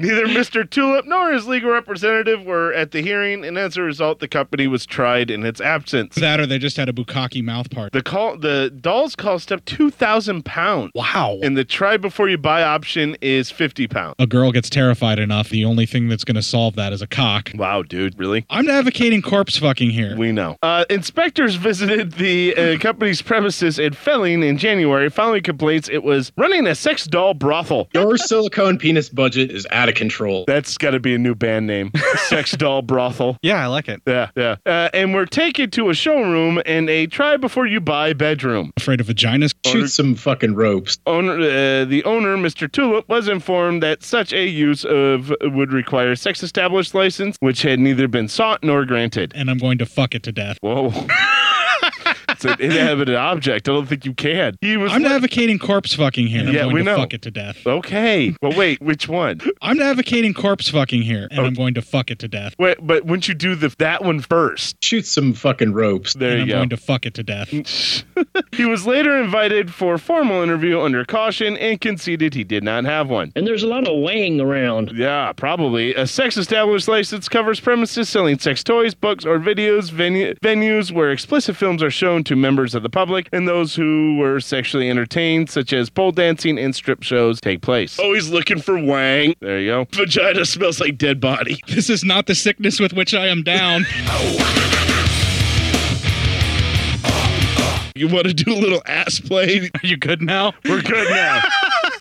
Neither Mr. Tulip nor his legal representative were at the hearing, and as a result, the company was tried in its absence. That or they just had a bukkake mouth part. The call, the dolls cost up two thousand pounds. Wow! And the try before you buy option is fifty pounds. A girl gets terrified enough. The only thing that's going to solve that is a cock. Wow, dude, really? I'm advocating corpse fucking here. We know. Uh, inspectors visited the uh, company's premises in Felling in January, following complaints it was running a sex doll brothel. Your silicone penis budget is out of control. That's got to be a new band name. Sex doll brothel. Yeah, I like it. Yeah, yeah. Uh, and were taken to a showroom and a try before you buy bedroom. Afraid of vaginas? Shoot some fucking ropes. Owner, uh, the owner, Mr. Tulip, was informed that such a use of would require a sex established license, which had neither been sought nor granted. And I'm going to fuck it to death. Whoa. it's an inanimate object. I don't think you can. He was. I'm advocating corpse fucking here. and I'm Yeah, going we to know. fuck it to death. Okay. Well, wait. Which one? I'm advocating corpse fucking here, Oh. and I'm going to fuck it to death. Wait, but wouldn't you do the that one first? Shoot some fucking ropes. and There you I'm go. going to fuck it to death. he was later invited for a formal interview under caution and conceded he did not have one. And there's a lot of weighing around. Yeah, probably. A sex established license covers premises selling sex toys, books, or videos, venu- venues where explicit films are shown to members of the public and those who were sexually entertained, such as pole dancing and strip shows, take place. Always looking for wang. There you go. Oh. Vagina smells like dead body. This is not the sickness with which I am down. You want to do a little ass play? Are you good now? We're good now.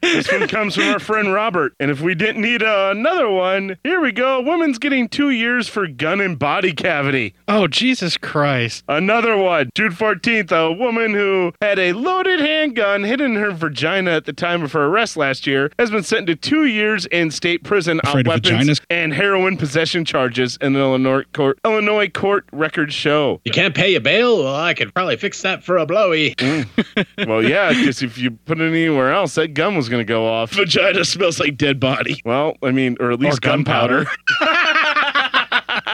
This one comes from our friend Robert. And if we didn't need uh, another one, here we go. Woman's getting two years for gun and body cavity. Oh, Jesus Christ. Another one. June 14th, a woman who had a loaded handgun hidden in her vagina at the time of her arrest last year has been sentenced to two years in state prison Afraid on of weapons vaginas? and heroin possession charges in an Illinois court, Illinois court records show. You can't pay your bail? Well, I could probably fix that for a blowy. Mm. Well, yeah, because if you put it anywhere else, that gun was going to go off. Vagina smells like dead body. Well, I mean, or at least gunpowder.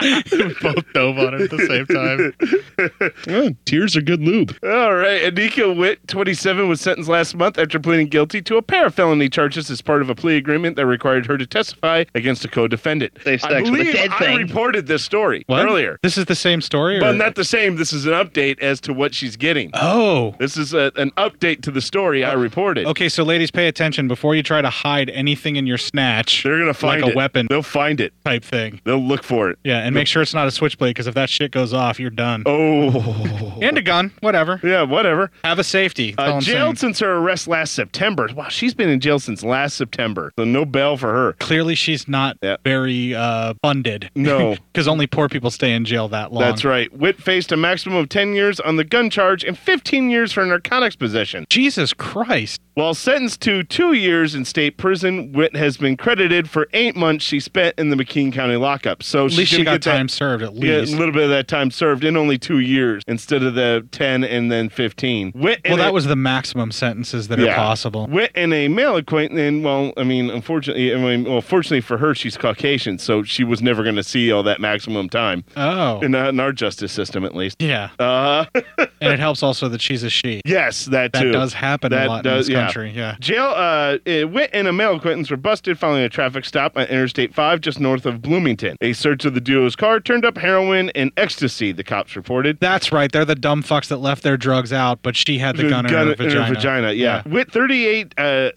Both dove on it at the same time. Oh, tears are good lube. All right. Anika Witt, 27, was sentenced last month after pleading guilty to a pair of felony charges as part of a plea agreement that required her to testify against a co-defendant. Safe I sex with a believe dead I thing. reported this story What? earlier. This is the same story? or- But not the same. This is an update as to what she's getting. Oh. This is a, an update to the story I reported. Okay, so ladies, pay attention before you try to hide anything in your snatch. They're gonna find like a it. weapon. They'll find it type thing. They'll look for it. Yeah, and make sure it's not a switchblade because if that shit goes off, you're done. Oh, and a gun, whatever. Yeah, whatever. Have a safety. That's all Uh, I'm jailed saying. since her arrest last September. Wow, she's been in jail since last September. So no bail for her. Clearly, she's not very uh, funded. No. because only poor people stay in jail that long. That's right. Witt faced a maximum of 10 years on the gun charge and 15 years for narcotics possession. Jesus Christ. While sentenced to two years in state prison, Witt has been credited for eight months she spent in the McKean County lockup. So At Oh, she's least she gonna got get that- time served. At Yeah, least. a little bit of that time served in only two years instead of the 10 and then 15. Witt well, and that a- was the maximum sentences that are Yeah. possible. Wit and a male acquaintance. And well, I mean, unfortunately, I mean, well, fortunately for her, she's Caucasian, so she was never going to see all that maximum time. Oh. in, in our justice system, at least. Yeah. Uh, and it helps also that she's a she. Yes, that That too. does happen a That lot in this country, yeah. Jail. Uh, uh, Witt and a male acquaintance were busted following a traffic stop on Interstate 5 just north of Bloomington. A search of the duo's car turned up heroin and ecstasy. The cops reported. That's right. They're the dumb fucks that left their drugs out, but she had the, gun, in her vagina. yeah. Wit 38, uh,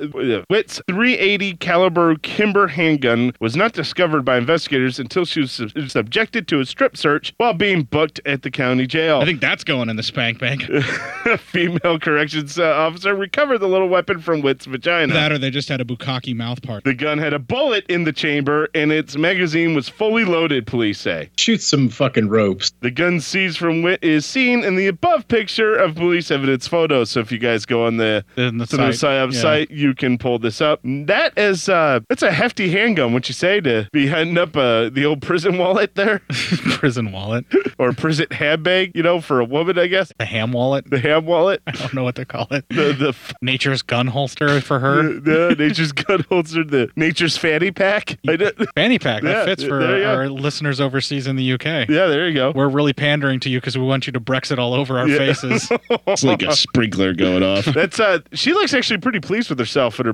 Wit's 380 caliber Kimber handgun was not discovered by investigators until she was sub- subjected to a strip search while being booked at the county jail. I think that's going in the spank bank. a female corrections uh, officer recovered the little weapon from Wit's vagina. that or they just had a bukkake mouth part. the gun had a bullet in the chamber and its magazine was fully loaded, police say. Shoot some fucking ropes. The gun seized from Wit is seen in the above picture of police evidence photos. So if you guys go on the, the to site, the PSYOP yeah. site, you can pull this up. That is uh that's a hefty handgun, would you say, to be heading up uh, the old prison wallet there? prison wallet. or prison handbag, you know, for a woman, I guess. The ham wallet. The ham wallet. I don't know what to call it. The the nature's gun holster for her. The, the nature's gun holster, the nature's fanny pack. I did- Fanny pack that Yeah, fits for there you go. our listeners overseas in the UK. Yeah, there you go. We're really pandering to you because we want you to Brexit all over our Yeah. faces. It's like a sprinkler going off. That's uh she looks actually pretty pleased with herself in her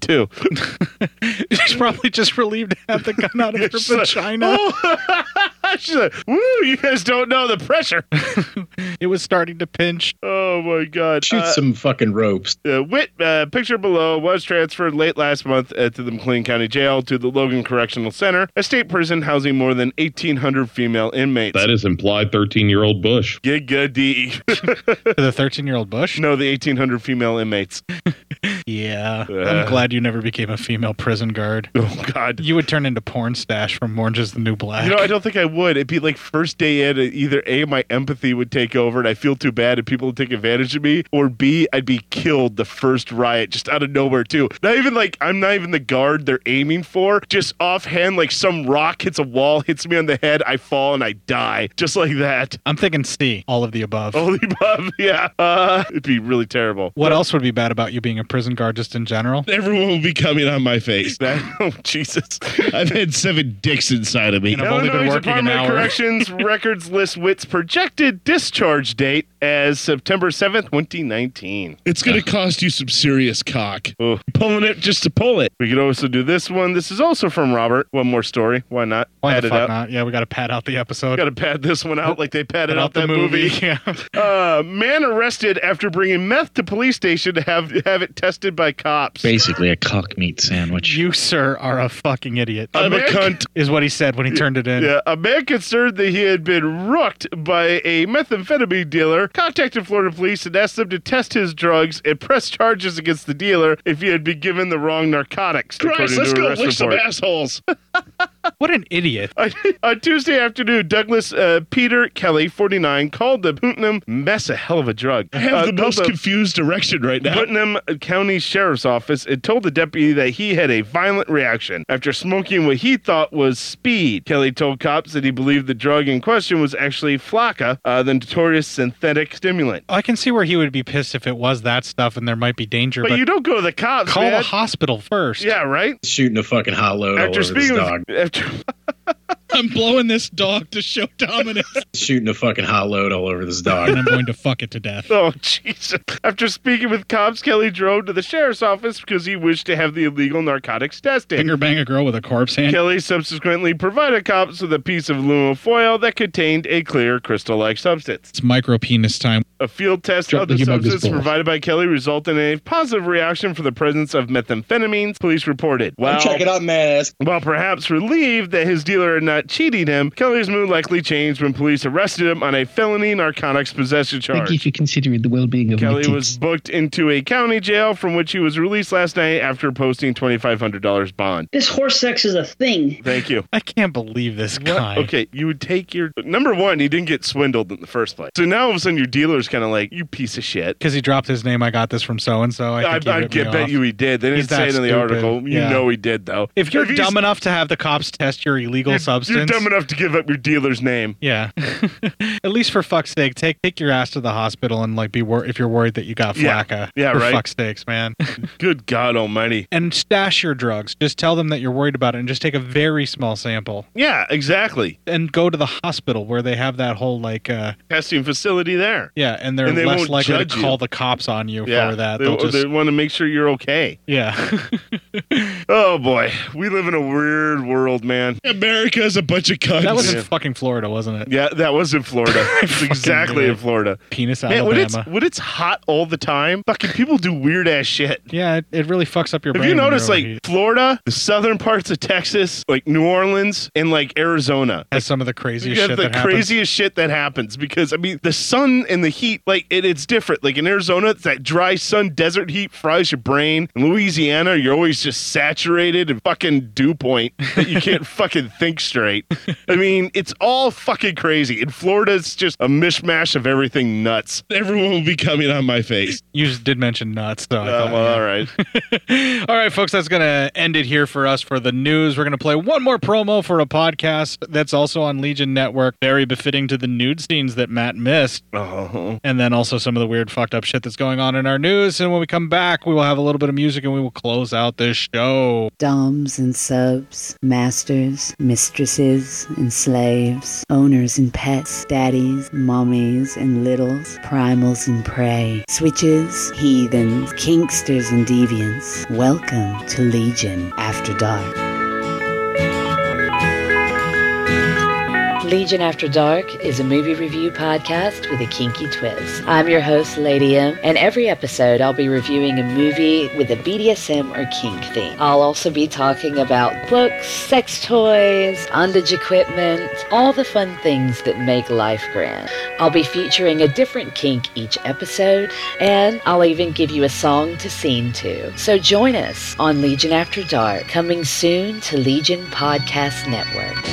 too. She's probably just relieved to have the gun out of her vagina. Oh. She's like, woo, you guys don't know the pressure. it was starting to pinch. Oh my god. Shoot Uh, some fucking ropes. Uh, Wit, uh, picture below, was transferred late last month uh, to the McLean County Jail to the Logan Correctional Center, a state prison housing more than 1,800 female inmates. That is implied 13 year old Bush. Giga-D. the 13 year old Bush? No, the 1,800 female inmates. Yeah. Uh. I'm glad you never became a female prison guard. Oh, God. You would turn into Porn Stash from Orange is the New Black. You know, I don't think I would. It'd be like first day in, uh, either A, my empathy would take over and I feel too bad and people would take advantage of me, or B, I'd be killed the first riot just out of nowhere, too. Not even like I'm not even the guard they're aiming for. Just offhand, like some rock hits a wall, hits me on the head, I fall and I die. Just like that. I'm thinking C, all of the above. All the above, yeah. Uh, it'd be really terrible. What else would be bad about you being a prison guard just in general? Everyone will be coming on my face. oh, Jesus. I've had seven dicks inside of me. Illinois Department of Corrections records list Witt's projected discharge date as September 7th, 2019. It's going to cost you some serious cock. Pulling it just to pull it. We could also do this one. This is also from Robert. One more story. Why not? Why Pad the it fuck out. not? Yeah, we got to pad out the episode. Got to pad this one out like they padded Pad out, out the that movie. movie, yeah. Uh, man arrested after bringing meth to police station to have have it tested by cops. Basically, a cock meat sandwich. You, sir, are a fucking idiot. I'm a cunt. Is what he said when he turned it in. Yeah, a man concerned that he had been rooked by a methamphetamine dealer contacted Florida police police and asked them to test his drugs and press charges against the dealer if he had been given the wrong narcotics. Christ, let's according to an go arrest lick some report. assholes. What an idiot. On Tuesday afternoon, Douglas uh, Peter Kelly, 49, called the Putnam mess a hell of a drug. I have Uh, the called most confused direction right now. Putnam County Sheriff's Office and told the deputy that he had a violent reaction after smoking what he thought was speed. Kelly told cops that he believed the drug in question was actually flaca, uh, the notorious synthetic stimulant. I can see where he would be pissed if it was that stuff and there might be danger. But, But, you don't go to the cops. call man. the hospital first. Yeah, right? Shooting a fucking hot load After speaking with, after I'm blowing this dog to show dominance. shooting a fucking hot load all over this dog. and I'm going to fuck it to death. Oh, Jesus. After speaking with cops, Kelly drove to the sheriff's office because he wished to have the illegal narcotics tested. Finger bang a girl with a corpse hand. Kelly subsequently provided cops with a piece of aluminum foil that contained a clear crystal like substance. It's micro penis time. A field test Drop of the the humongous substance ball. provided by Kelly resulted in a positive reaction for the presence of methamphetamines, police reported. While, check it out, man. While perhaps relieved that his dealer had not cheated him, Kelly's mood likely changed when police arrested him on a felony narcotics possession charge. Thank you for considering the well-being of my Kelly team. was booked into a county jail from which he was released last night after posting $2,500 bond. This horse sex is a thing. Thank you. I can't believe this guy. Okay, you would take your number one. He didn't get swindled in the first place, so now all of a sudden your dealer's kind of like, "You piece of shit." Because he dropped his name. I got this from so and so. I, I, think he I ripped me get, bet off. you he did. They didn't He's say that it in the stupid. article. You Yeah. know he did though. If you're he's- dumb enough to have the cops test your illegal you're substance, dumb enough to give up your dealer's name. yeah. At least for fuck's sake, take take your ass to the hospital and like be wor- if you're worried that you got Yeah. flaca. Yeah, for right. Fuck's sakes, man. Good God Almighty. and stash your drugs. Just tell them that you're worried about it, and just take a very small sample. Yeah, exactly. And go to the hospital where they have that whole like, uh, Testing facility there. yeah, and they're And they less won't likely to judge you. call the cops on you Yeah, for that. they, They'll just- they want to make sure you're okay. yeah, Oh boy, we live in a weird world, man. America is a bunch of cunts. that was in Yeah. fucking Florida, wasn't it? Yeah, that was in Florida. It's exactly knew in it. Florida. Penis Man, when it's, Alabama. when it's hot all the time, fucking people do weird ass shit. Yeah, it, it really fucks up your Have brain. when you're you noticed, like, overheat. Florida, the southern parts of Texas, like New Orleans, and like Arizona? That's some of the craziest You have shit the that happens. craziest shit that happens because I mean the sun and the heat like it, it's different. Like in Arizona, it's that dry sun desert heat fries your brain. In Louisiana, you're always just saturated and fucking dew point that you can't fucking think straight. I mean, it's all fucking crazy. In Florida, it's just a mishmash of everything nuts. Everyone will be coming on my face. You just did mention nuts, though. I Oh, thought, well, yeah. all right. All right, folks, that's going to end it here for us for the news. We're going to play one more promo for a podcast that's also on Legion Network, very befitting to the nude scenes that Matt missed. Uh-huh. And then also some of the weird, fucked up shit that's going on in our news. And when we come back, we will have a little bit of music and we will close out this show. Doms and subs, masters, mistresses and slaves, owners and pets, daddies, mommies and littles, primals and prey, switches, heathens, kinksters and deviants. Welcome to Legion After Dark. Legion After Dark is a movie review podcast with a kinky twist. I'm your host, Lady M, and every episode I'll be reviewing a movie with a BDSM or kink theme. I'll also be talking about books, sex toys, bondage equipment, all the fun things that make life grand. I'll be featuring a different kink each episode, and I'll even give you a song to scene to. So join us on Legion After Dark, coming soon to Legion Podcast Network.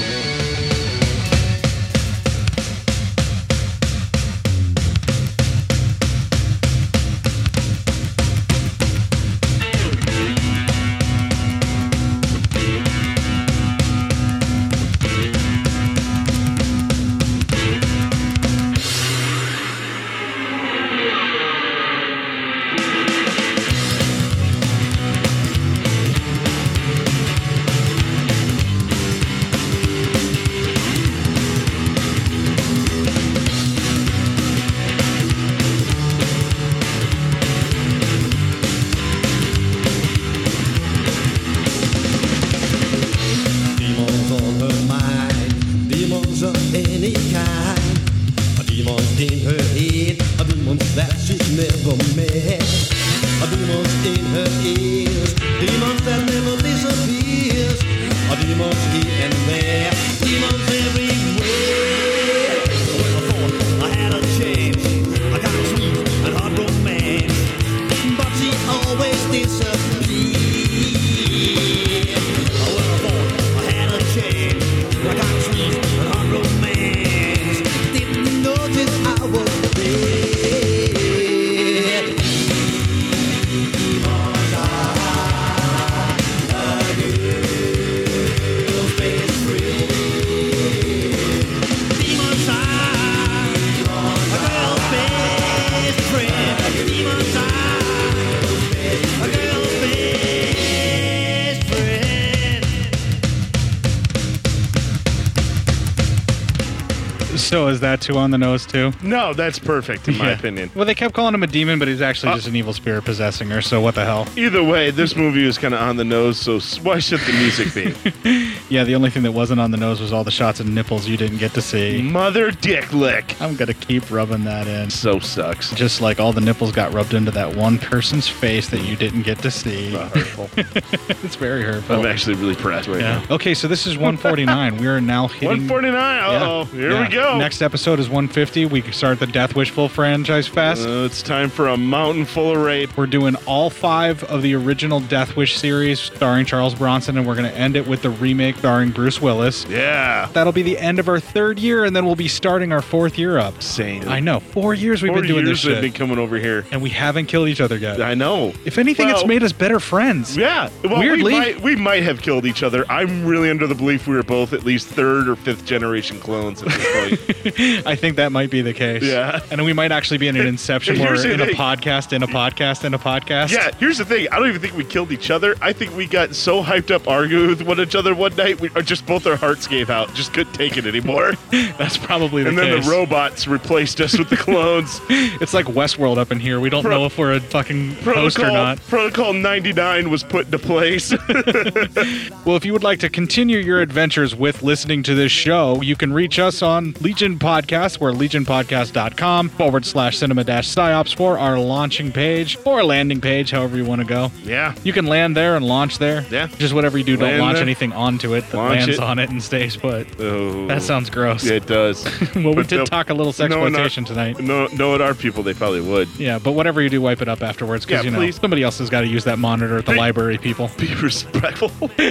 So is that too on the nose too? No, that's perfect in my Yeah. opinion. Uh, Well, they kept calling him a demon, but he's actually just an evil spirit possessing her. So what the hell? Either way, this movie was kind of on the nose, so s- why should the music be? Yeah, the only thing that wasn't on the nose was all the shots of nipples you didn't get to see. Mother dick lick. I'm gonna keep rubbing that in. So sucks. Just like all the nipples got rubbed into that one person's face that you didn't get to see. it's very hurtful. I'm actually really proud right Yeah. now. Okay, so this is 149. we are now hitting 149. Uh-oh. Here Yeah. we go. Next episode is 150. We can start the Death Wishful franchise fest. Uh, it's time for a mountain full of rape. We're doing all five of the original Death Wish series starring Charles Bronson, and we're going to end it with the remake starring Bruce Willis. Yeah. That'll be the end of our third year, and then we'll be starting our fourth year up. Same. I know. Four years we've Four been doing years this shit. they've been coming over here. and we haven't killed each other yet. I know. If anything, it's made us better friends. Yeah. Well, Weirdly. we might, we might have killed each other. I'm really under the belief we were both at least third or fifth generation clones at this point. I think that might be the case. Yeah. And we might actually be in an inception where Here's the in a thing. podcast, in a podcast, in a podcast. yeah, here's the thing. I don't even think we killed each other. I think we got so hyped up arguing with one another one night, we or just both our hearts gave out. Just couldn't take it anymore. That's probably the and then case. the robots replaced us with the clones. It's like Westworld up in here. We don't know if we're a fucking host or Protocol- not. Protocol 99 was put into place. Well, if you would like to continue your adventures with listening to this show, you can reach us on Legion Podcast. We're legionpodcast.com forward slash cinema dash psyops for our launching page or landing page, however you want to go. yeah. You can land there and launch there. Yeah. Just whatever you do, don't Land launch there. anything onto it that Launch lands it. on it and stays put. Oh. That sounds gross. Yeah, it does. Well, we But did no- talk a little knowing our- sexploitation tonight. No, knowing our people, they probably would. Yeah, but whatever you do, wipe it up afterwards because you Yeah, know please. somebody else has got to use that monitor at the library. People, be respectful.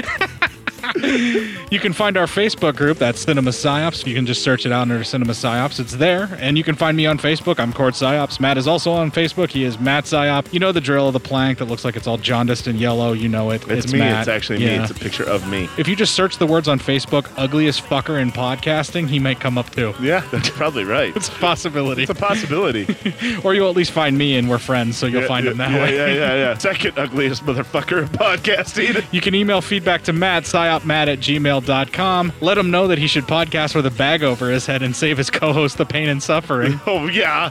you can find our Facebook group that's Cinema Psyops. You can just search it out under Cinema Psyops. It's there, and you can find me on Facebook. I'm Cord Psyops. Matt is also on Facebook. He is Matt Psyop. You know the drill of the plank that looks like it's all jaundiced and yellow. You know it. It's, me. Matt. It's actually me. Yeah. It's a picture of me. if you just search the words on Facebook, ugliest fucker in podcasting, he might come up too. Yeah, that's probably right. It's a possibility. It's a possibility. or you'll at least find me and we're friends, so you'll Yeah, find yeah, him that yeah, way. Yeah, yeah, yeah. Second ugliest motherfucker in podcasting. You can email feedback to Matt, psyopmatt at gmail.com. Let him know that he should podcast with a bag over his head and save his co host the pain and suffering. Oh, yeah.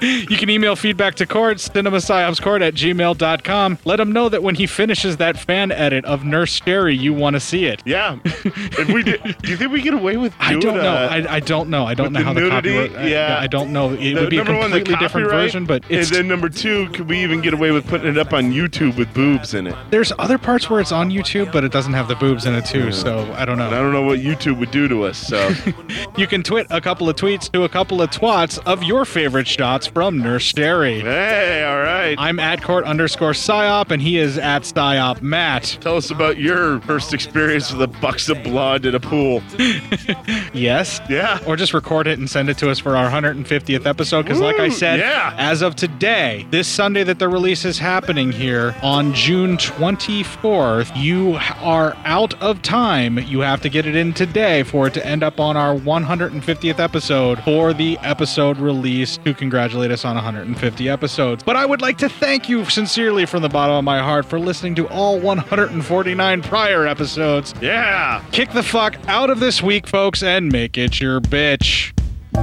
you can email feedback to Cord, cinemasciopscord at gmail.com. Let him know that when he finishes that fan edit of Nurse Sherry, you want to see it. Yeah. if we did, do you think we get away with I doing don't know. uh, I, I don't know. I don't with know the how nudity? the copyright. I- Yeah. I, don't know. It the- would be a Uh, number one, the completely different copyright, version, but it's and then number two, could we even get away with putting it up on YouTube with boobs in it? there's other parts where it's on YouTube, but it doesn't have the boobs in it too. So I don't know. And I don't know what YouTube would do to us. So You can twit a couple of tweets to a couple of twats of your favorite shots from Nurse Dairy. Hey, all right. I'm at court underscore psyop, and he is at psyop Matt. tell us about your first experience with a bucks of blonde in a pool. Yes. Yeah. Or just record it and send it to us for our 150th episode. Because, like I Woo, said, yeah. as of today, this Sunday that the release is happening here on June 24th, you are out of time. You have to get it in today for it to end up on our 150th episode for the episode release to congratulate us on 150 episodes. But I would like to thank you sincerely from the bottom of my heart for listening to all 149 prior episodes. Yeah. Kick the fuck out of this week, folks, and make it your bitch.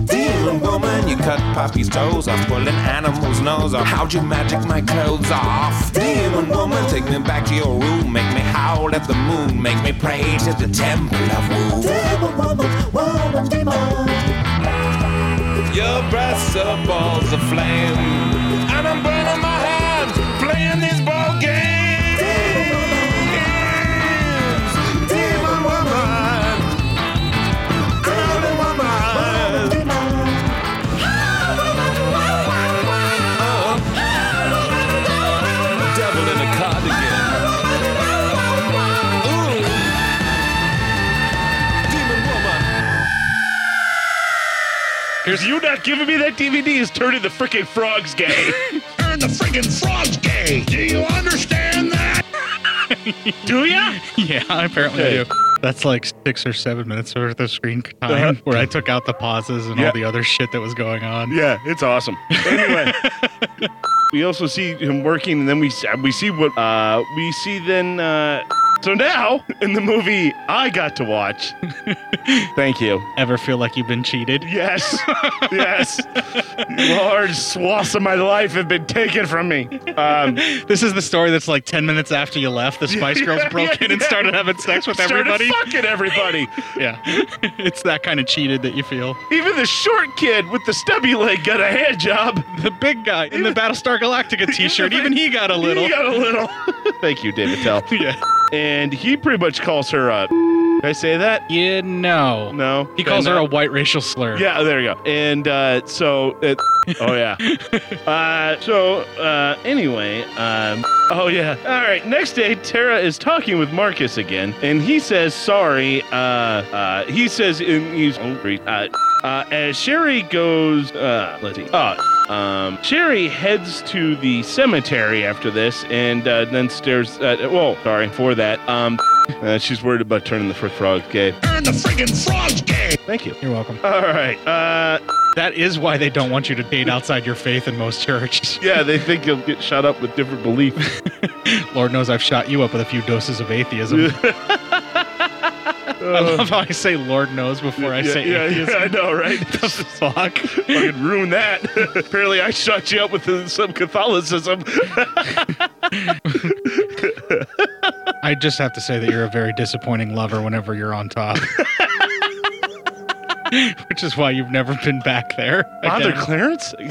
Damn woman, you cut puppies' toes off, pull an animal's nose off. How'd you magic my clothes off? Damn woman, take me back to your room, make me howl at the moon, make me pray to the temple of woo. Your breasts are balls of flame, and I'm burning my hands playing this ball game. Demon woman, golden woman. Devil in a cardigan. Ooh. Demon woman. Here's you not giving me that DVD is turning the freaking frogs gay. Turn the friggin' frogs gay. Do you understand that? do ya? Yeah, apparently Okay. I do. That's like six or seven minutes worth of screen time Uh-huh. where I took out the pauses and Yeah. all the other shit that was going on. Yeah, it's awesome. Anyway, we also see him working, and then we we see what uh, we see. Then uh, So now, in the movie I got to watch, thank you. Ever feel like you've been cheated? Yes. yes. Large swaths of my life have been taken from me. Um, this is the story that's like 10 minutes after you left. The Spice Girls Yeah, broke yeah, in and yeah. started having sex with Started everybody. fucking everybody. yeah. it's that kind of cheated that you feel. Even the short kid with the stubby leg got a hand job. The big guy in the Battlestar Galactica t shirt, even he got a little. He got a little. Thank you, David Tell. yeah. And he pretty much calls her a. Did I say that? Yeah, no. No. He calls Then her a that- white racial slur. Yeah, there you go. And uh, so, uh, oh yeah. Uh, so uh, anyway, um, oh yeah. All right. Next day, Tara is talking with Marcus again, and he says sorry. Uh, uh, he says in, he's hungry. Uh, uh, as Sherry goes, uh, let's see. Oh, um, Sherry heads to the cemetery after this, and uh, then stares. Uh, well, sorry for that. Um, uh, she's worried about turning the fr- frog gay. Earn the friggin' frog's game. Thank you. You're welcome. All right. Uh, that is why they don't want you to date outside your faith in most churches. Yeah, they think you'll get shot up with different beliefs. Lord knows I've shot you up with a few doses of atheism. I love how I say Lord knows before I Uh, Yeah, say yeah, atheism. yeah, I know, right? the fuck? Fucking ruin that. Apparently, I shot you up with uh, some Catholicism. I just have to say that you're a very disappointing lover whenever you're on top. Which is why you've never been back there. Father again. Clarence?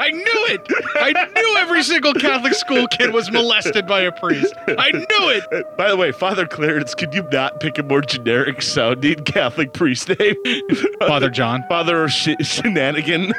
I knew it. I knew every single Catholic school kid was molested by a priest. I knew it. By the way, Father Clarence, could you not pick a more generic sounding Catholic priest name? Father John, Father Sh- Shenanigan,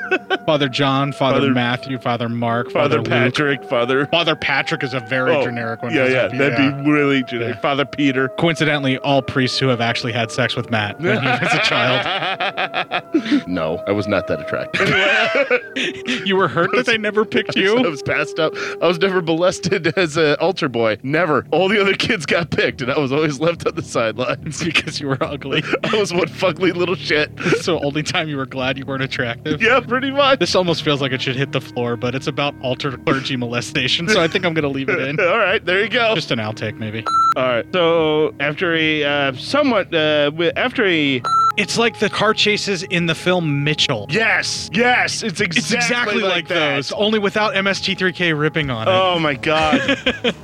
Father John, Father, Father- Matthew, Father Mark, Father, Father, Luke. Patrick, Father. Father Patrick is a very Oh, generic one. Yeah, Doesn't yeah, it? that'd be really generic. Father Peter. Coincidentally, all priests who have actually had sex with Matt when he was a child. No, I was not that attractive. You were hurt that they never picked you? I was passed up. I was never molested as an altar boy. Never. All the other kids got picked, and I was always left on the sidelines. because you were ugly. I was one fuckly little shit. so only time you were glad you weren't attractive. Yeah, pretty much. This almost feels like it should hit the floor, but it's about altar clergy molestation, so I think I'm gonna leave it in. All right, there you go. Just an outtake, maybe. All right. So after a uh, somewhat uh, wi- after a It's like the car chases in the film Mitchell. yes, yes, it's exactly, It's exactly, like, like, that. those, only without MST3K ripping on it. Oh my god!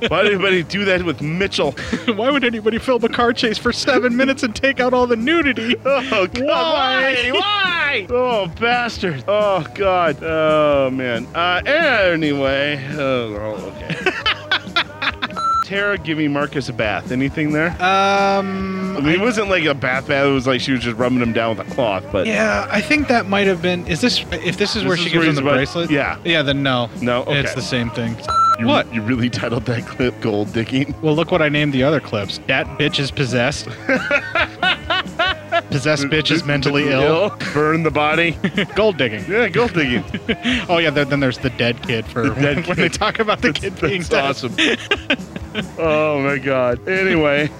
Why did anybody do that with Mitchell? Why would anybody film a car chase for seven minutes and take out all the nudity? Oh god! Why? Why? oh bastard! Oh god! Oh man! Uh, anyway, oh, oh, okay. Tara giving Marcus a bath. Anything there? Um, I mean, it wasn't like a bath bath. It was like she was just rubbing him down with a cloth. But Yeah, I think that might have been. Is this if this is This where is she gives him where he's the about- bracelet? yeah. yeah. Then no, No, okay. it's the same thing. you, what? You really titled that clip "Gold Digging." Well, look what I named the other clips. That bitch is possessed. possessed bitch is mentally ill. Burn the body. Gold digging. Yeah, gold digging. Oh yeah, there, then there's the dead kid for dead when kid. they talk about the kid being That's dead. awesome. oh my god. Anyway,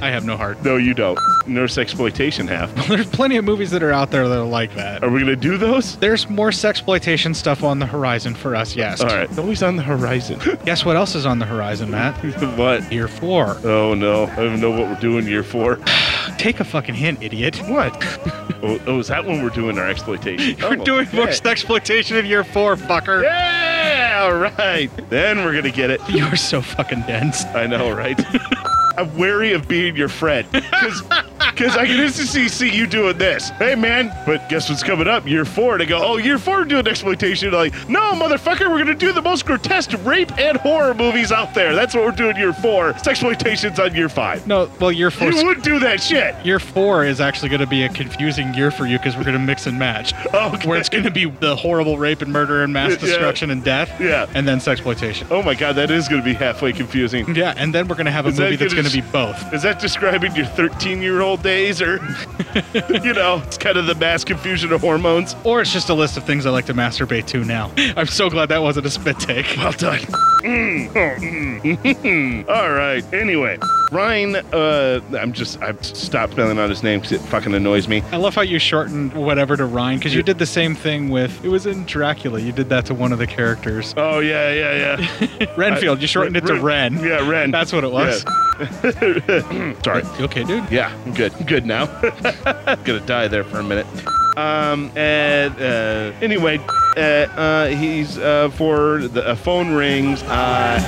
I have no heart. no, you don't. Nurse exploitation half. There's plenty of movies that are out there that are like that. Are we gonna do those? There's more sexploitation stuff on the horizon for us. Yes. All right. It's always on the horizon. Guess what else is on the horizon, Matt? what? Year four. Oh no, I don't even know what we're doing year four. Take a fucking hint, idiot. What? oh, oh, is that when we're doing our exploitation? We're Oh, doing more yeah. exploitation in year four, fucker. Yeah, all right. Then we're gonna get it. You're so fucking dense. I know, right? I'm wary of being your friend because I can instantly see you doing this. Hey, man, but guess what's coming up? Year four. And I go, oh, year four, we're doing exploitation. They're like, no, motherfucker, we're going to do the most grotesque rape and horror movies out there. That's what we're doing year four. Sexploitation's on year five. No, well, year four. You would do that shit. Year four is actually going to be a confusing year for you because we're going to mix and match. Oh, Okay. Where it's going to be the horrible rape and murder and mass Yeah. destruction and death. Yeah. And then sexploitation. Oh, my God, that is going to be halfway confusing. Yeah, and then we're going to have a Is that movie that's gonna going to s- be both. Is that describing your 13 year old days or, you know, it's kind of the mass confusion of hormones? Or it's just a list of things I like to masturbate to now. I'm so glad that wasn't a spit take. Well done. Mm, oh, mm. All right. Anyway, Ryan. Uh, I'm just. I've stopped spelling out his name because it fucking annoys me. I love how you shortened whatever to Ryan because you did the same thing with it was in Dracula. You did that to one of the characters. Oh yeah, yeah, yeah. Renfield, you shortened it to Ren. Yeah, Ren. That's what it was. Yeah. Sorry. You okay, dude? Yeah, I'm good. I'm good now. Gonna die there for a minute. Um, and uh, anyway, uh, uh, he's uh, for the uh, phone rings. Uh,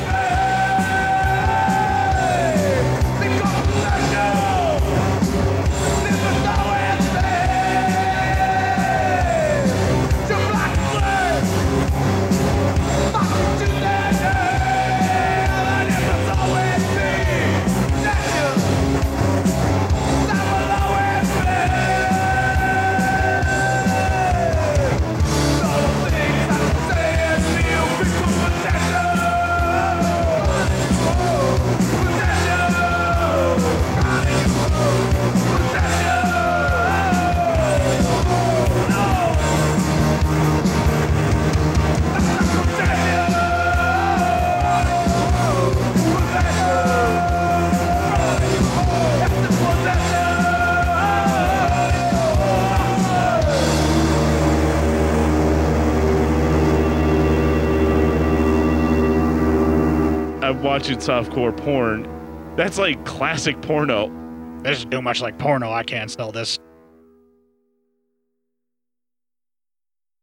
I'm watching softcore porn. That's like classic porno. This is too much like porno. I can't sell this.